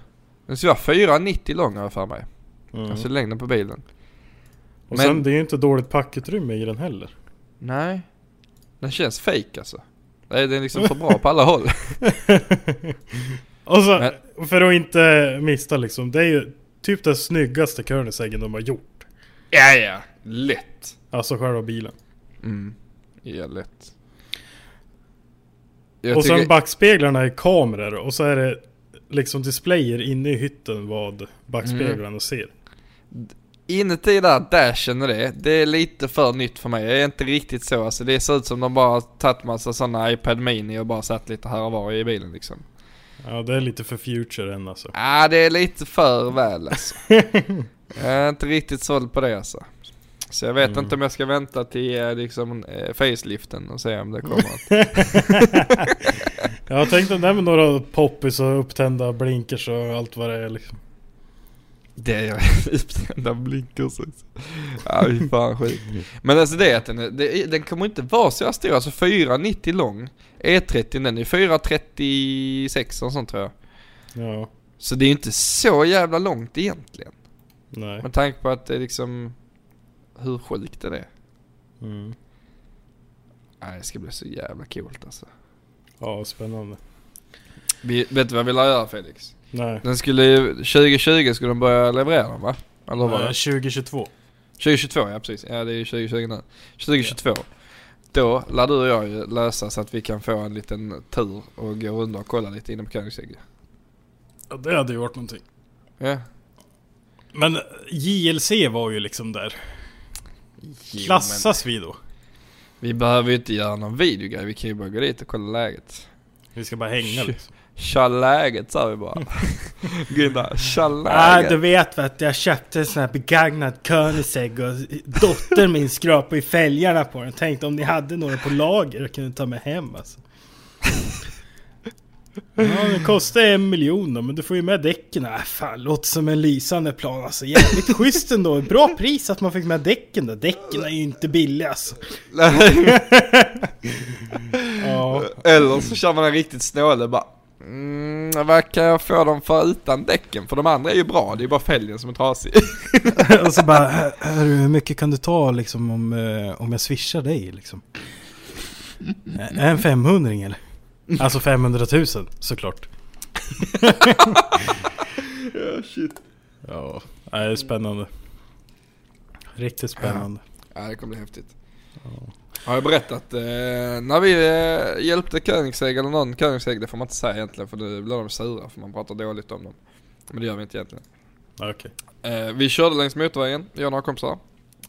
S3: Den skulle vara 4,90 lång har jag för mig.
S5: Mm.
S3: Alltså längden på bilen. men-
S5: och sen det är ju inte dåligt packutrymme i den heller.
S3: Nej. Den känns fake alltså. Nej, den är liksom för bra på alla håll.
S5: Och så,
S3: Men-
S5: för att inte missa liksom. Det är ju typ den snyggaste Koenigseggen de har gjort.
S3: ja, ja. Lätt.
S5: Alltså själva bilen.
S3: Mm. Ja, lätt. Jag
S5: och
S3: tycker-
S5: sen backspeglarna är kameror och så är det liksom displayer inne i hytten vad backspeglarna
S3: Mm.
S5: ser.
S3: Inuti där dashen och det, det är lite för nytt för mig. Jag är inte riktigt så alltså. Det ser ut som de bara har tagit massa sådana iPad Mini och bara satt lite här och var i bilen liksom.
S5: Ja det är lite för future än alltså.
S3: ah, det är lite för väl alltså. Jag är inte riktigt såld på det alltså. Så jag vet inte om jag ska vänta till eh, liksom eh, faceliften och se om det kommer att...
S5: Jag tänkte den med några poppis och upptända blinkers och allt vad det är liksom.
S3: Det är upptända blinkers också. Ja, fy fan skit. Men alltså det är att den, är- det, är- den kommer inte vara så här stor. Alltså 4,90 lång. E30 den är 4,36 och sånt tror jag.
S5: Ja.
S3: Så det är ju inte så jävla långt egentligen.
S5: Nej.
S3: Med tanke på att det är liksom hur sjukt det är.
S5: Mm.
S3: Nej, det ska bli så jävla coolt alltså.
S5: Ja, spännande.
S3: Vi, vet du vad vi lär göra Felix?
S5: Nej.
S3: Den skulle ju, 2020 skulle de börja leverera den va? Eller hur var det?
S5: Eh, 2022.
S3: 2022 ja precis, ja det är ju 2020 nu. 2022. Då lär du och jag ju lösa så att vi kan få en liten tur och gå runt och kolla lite inne på Koenigsegg.
S5: Ja, det hade ju varit någonting.
S3: Ja.
S5: Men JLC var ju liksom där.
S3: Jo,
S5: Klassas vi då?
S3: men Vi behöver ju inte göra någon videogrej, vi kan ju bara gå dit och kolla läget.
S5: Vi ska bara hänga
S3: Shit.
S5: liksom.
S3: Tja läget sa vi bara. Gå in där, tja
S7: Nej, du
S3: läget.
S7: vet att jag köpte en sån här begagnad Koenigsegg och dottern min skrapade i fälgarna på den. Tänkte om ni hade några på lager och kunde ta med hem alltså.
S5: Ja, den kostar en miljon då, men du får ju med däcken. Äh, fan, låter som en lysande plan alltså. Jävligt schysst ändå. Bra pris att man fick med däcken då. Däcken är ju inte billiga alltså. Ja.
S3: Eller så kör man en riktigt snåle bara. Mm, vad kan jag få dem för utan däcken? För de andra är ju bra, det är bara fälgen som är trasig.
S5: Och så bara, "Hör- hörru, hur mycket kan du ta liksom om, eh, om jag swishar dig liksom? Ä- En 500 eller? Alltså 500 000 såklart. ja, shit. Ja, det är spännande. Riktigt spännande.
S3: Ja, det kommer bli häftigt. Har jag berättat? Eh, när vi eh, hjälpte Koenigsegg eller någon Koenigsegg, det får man inte säga egentligen för då blir de sura för man pratar dåligt om dem. Men det gör vi inte egentligen.
S5: Ja. Okej.
S3: Eh, vi körde längs motorvägen, jag och några kompisar.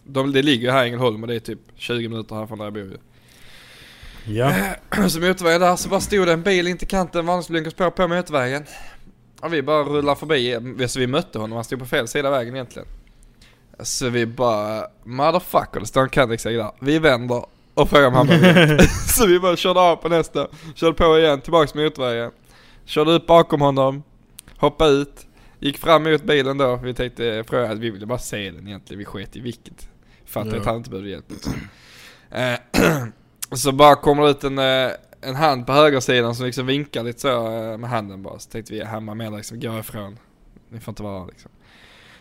S3: De, det ligger ju här i Ängelholm och det är typ 20 minuter härifrån där jag bor ju.
S5: Ja.
S3: Så motorvägen där så bara stod det en bil in till kanten, varningsblinkers på, på motorvägen. Och vi bara rullade förbi, eh, så vi mötte honom, han stod på fel sida av vägen egentligen. Så vi bara, motherfucker, det står en Koenigsegg där. Vi vänder och frågar om han behöver hjälp. Så vi bara körde av på nästa, körde på igen, tillbaks motorvägen. Körde upp bakom honom, hoppade ut, gick fram mot bilen då. Vi tänkte fråga, vi ville bara se den egentligen, vi sket i vilket. Fattade
S5: Ja.
S3: att han inte behövde hjälp. Eh, så bara kommer det ut en, eh, en hand på högersidan som liksom vinkar lite så eh, med handen bara. Så tänkte vi, han var med liksom, gå ifrån. Ni får inte vara här, liksom.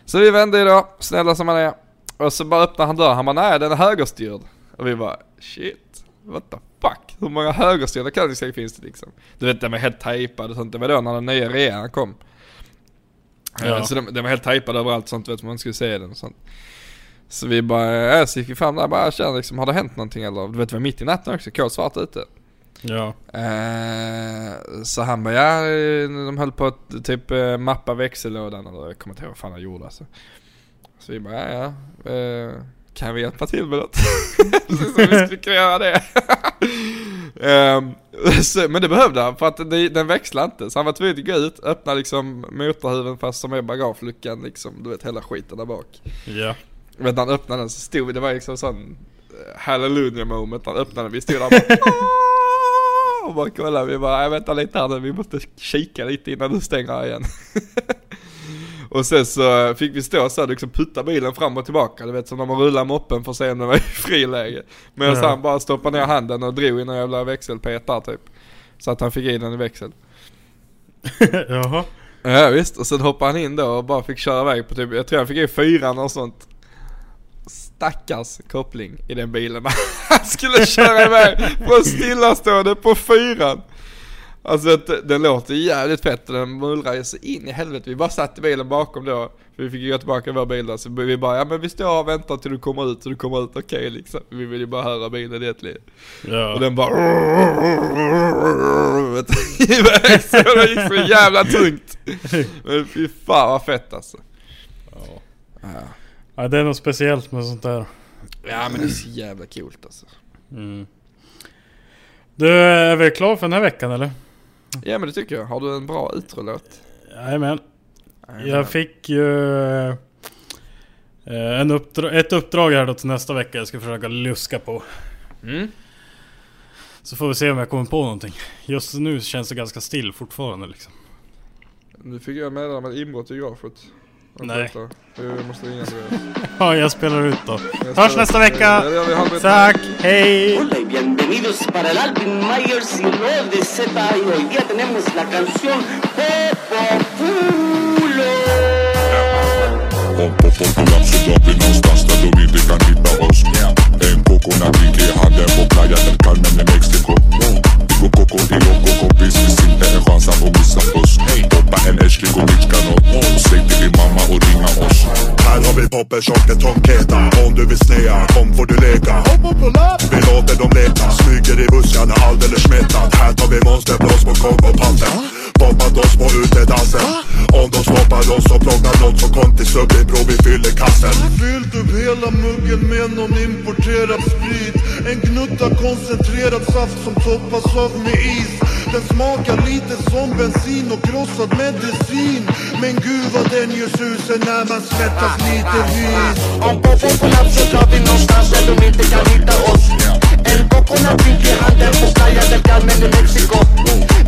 S3: Så vi vände ju då, snälla som han är. Och så bara öppnar han dörren, han bara nej den är högerstyrd. Och vi bara shit, what the fuck? Hur många högerstyrda Koenigsegg finns det liksom? Du vet den var helt tejpad och sånt, det var då när den nya rean kom. Eh,
S5: Ja.
S3: Så den, den var helt tejpad överallt sånt, vet man skulle se den och sånt. Så vi bara, äh, så gick vi fram där och bara känner liksom, har det hänt någonting eller? Du vet det var mitt i natten också, kolsvart ute.
S5: Ja.
S3: Eh, Så han bara, ja de höll på att typ eh, mappa växellådan eller jag kommer inte ihåg vad fan han gjorde alltså. Så vi bara, ja ja. eh, Kan vi hjälpa till med något? Precis som vi skulle kunna göra det. Ehm, så, men det behövde han för att det, den växlade inte. Så han var tvungen att gå ut, öppna liksom motorhuven fast som är bagageluckan liksom. Du vet hela skiten där bak.
S5: Ja.
S3: Men när han öppnade den så stod vi, det var liksom sån eh, Hallelujah moment när han öppnade den, vi stod där och bara "Åh!" och bara kollade, vi bara "Nej, vänta lite här nu, vi måste kika lite innan du stänger här igen. och sen så fick vi stå så här, liksom putta bilen fram och tillbaka, du vet som när man rullar moppen för att se om den var i friläge. Medan
S5: Ja.
S3: han bara stoppade ner handen och drog i någon jävla växelpet där typ. Så att han fick i den i växeln.
S5: Jaha.
S3: Ja visst, och sen hoppade han in då och bara fick köra iväg på typ, jag tror han fick i fyran och sånt. Stackars koppling i den bilen. Han skulle köra iväg från stillastående på fyran. Alltså vet du, den låter jävligt fett och den mullrar ju så in i helvete. Vi bara satt i bilen bakom då. För vi fick ju gå tillbaka i vår bil då, så vi bara ja men vi står och väntar till du kommer ut så du kommer ut okej liksom. Vi vill ju bara höra bilen egentligen. Och
S5: Ja.
S3: den bara vet du, iväg så det gick så jävla tungt. Men fy fan vad fett alltså.
S5: ja. Det är något speciellt med sånt där.
S3: Ja men det är så jävla coolt alltså.
S5: Du, är vi klar för den här veckan eller?
S3: Ja men det tycker jag. Har du en bra utrolåt?
S5: Jajamän. Jag fick ju eh, en uppdra- ett uppdrag här då till nästa vecka jag ska försöka luska på.
S3: Mm.
S5: Så får vi se om jag kommer på någonting. Just nu känns det ganska still fortfarande liksom.
S3: Nu fick jag meddelande om ett inbrott i garaget. Jag
S5: Nej.
S3: fattar. Jag måste ringa Andreas.
S5: Ja, jag spelar ut då.
S3: Jag
S5: Hörs
S3: ska-
S5: nästa vecka!
S3: Ja, det gör vi. Ha det bra.
S5: Tack, hej!
S8: Hola y bienvenidos para el Alvin Mayer Sin Love de Z y hoy día tenemos la canción Popo Pulo.
S9: Popo på kollaps och jag blir någonstans där de inte kan hitta oss En coconut-drink i handen på playa del Carmen i Mexiko Digo coco y loco kompis, finns inte en chans att få missa oss Poppa en äschlig och ditchkanot och säg till din mamma och ringa oss
S10: Här har vi Poppe, Tjocke, Tomketa Om du vill snea, kom får du leka Vi låter dem leka Smyger i buskarna alldeles smetad Här tar vi monsterblås på Kongopanten Poppat oss på utedansen Om de stoppar oss så plockar nåt så kom till Subbybro, vi fyller kassen
S11: Fyllt upp hela muggen med någon importerad sprit En gnutta koncentrerad saft som toppas av med is Den smakar lite som bensin och krossad medicin Men gud vad den gör susen när man svettas lite vis
S9: Om Popo kollapsar drar vi någonstans där de inte kan hitta oss En coconut-drink i handen på Playa del Carmen i Mexiko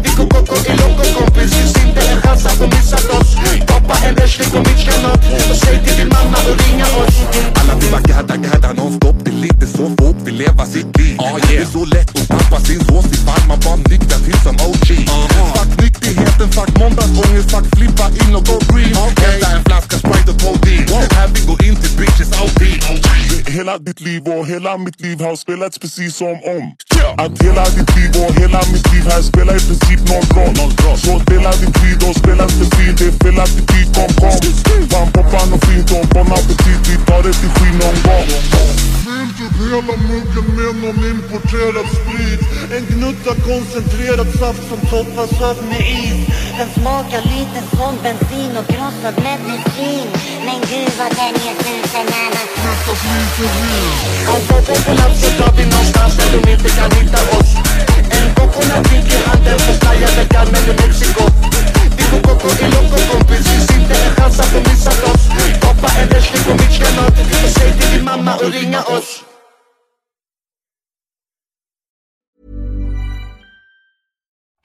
S9: Digo coco y loco kompis, finns inte en chans att få missa oss Poppa en äschlig och mitchkanot och säg till din mamma och ringa oss
S12: Alla vill vara gadda, gadda nonstop Det är lite så folk vill leva sitt liv Det är så lätt att tappa sin sås ifall man bara nykter till som OG Fuck nykterheten, fuck måndagsångest, fuck flippa in och go green Hämta en flaska Sprite och codeine Här vi går in till bitches OD
S9: Hela ditt liv och hela mitt liv har spelats precis som om Att hela ditt liv och hela mitt liv här spelar i princip noll roll Så dela din tid och spela inte fri Det är fel attityd, kom kom Fan poppan och fint och bon appetit Vi tar det till skinn någon gång
S11: Fyllt upp hela muggen med någon importerad sprit En gnutta koncentrerad saft som toppas av med is
S13: Den smakar lite som bensin och krossad medicin Men gud vad den ger susen när man smakar
S9: Om Popo kollapsar drar vi någonstans där de inte kan hitta oss En coconut-drink i handen på Playa del Carmen i Mexiko Digo coco y loco kompis, finns inte en chans att de missat oss Poppa en äschlig och mitchkanot och säg till din mamma och ringa oss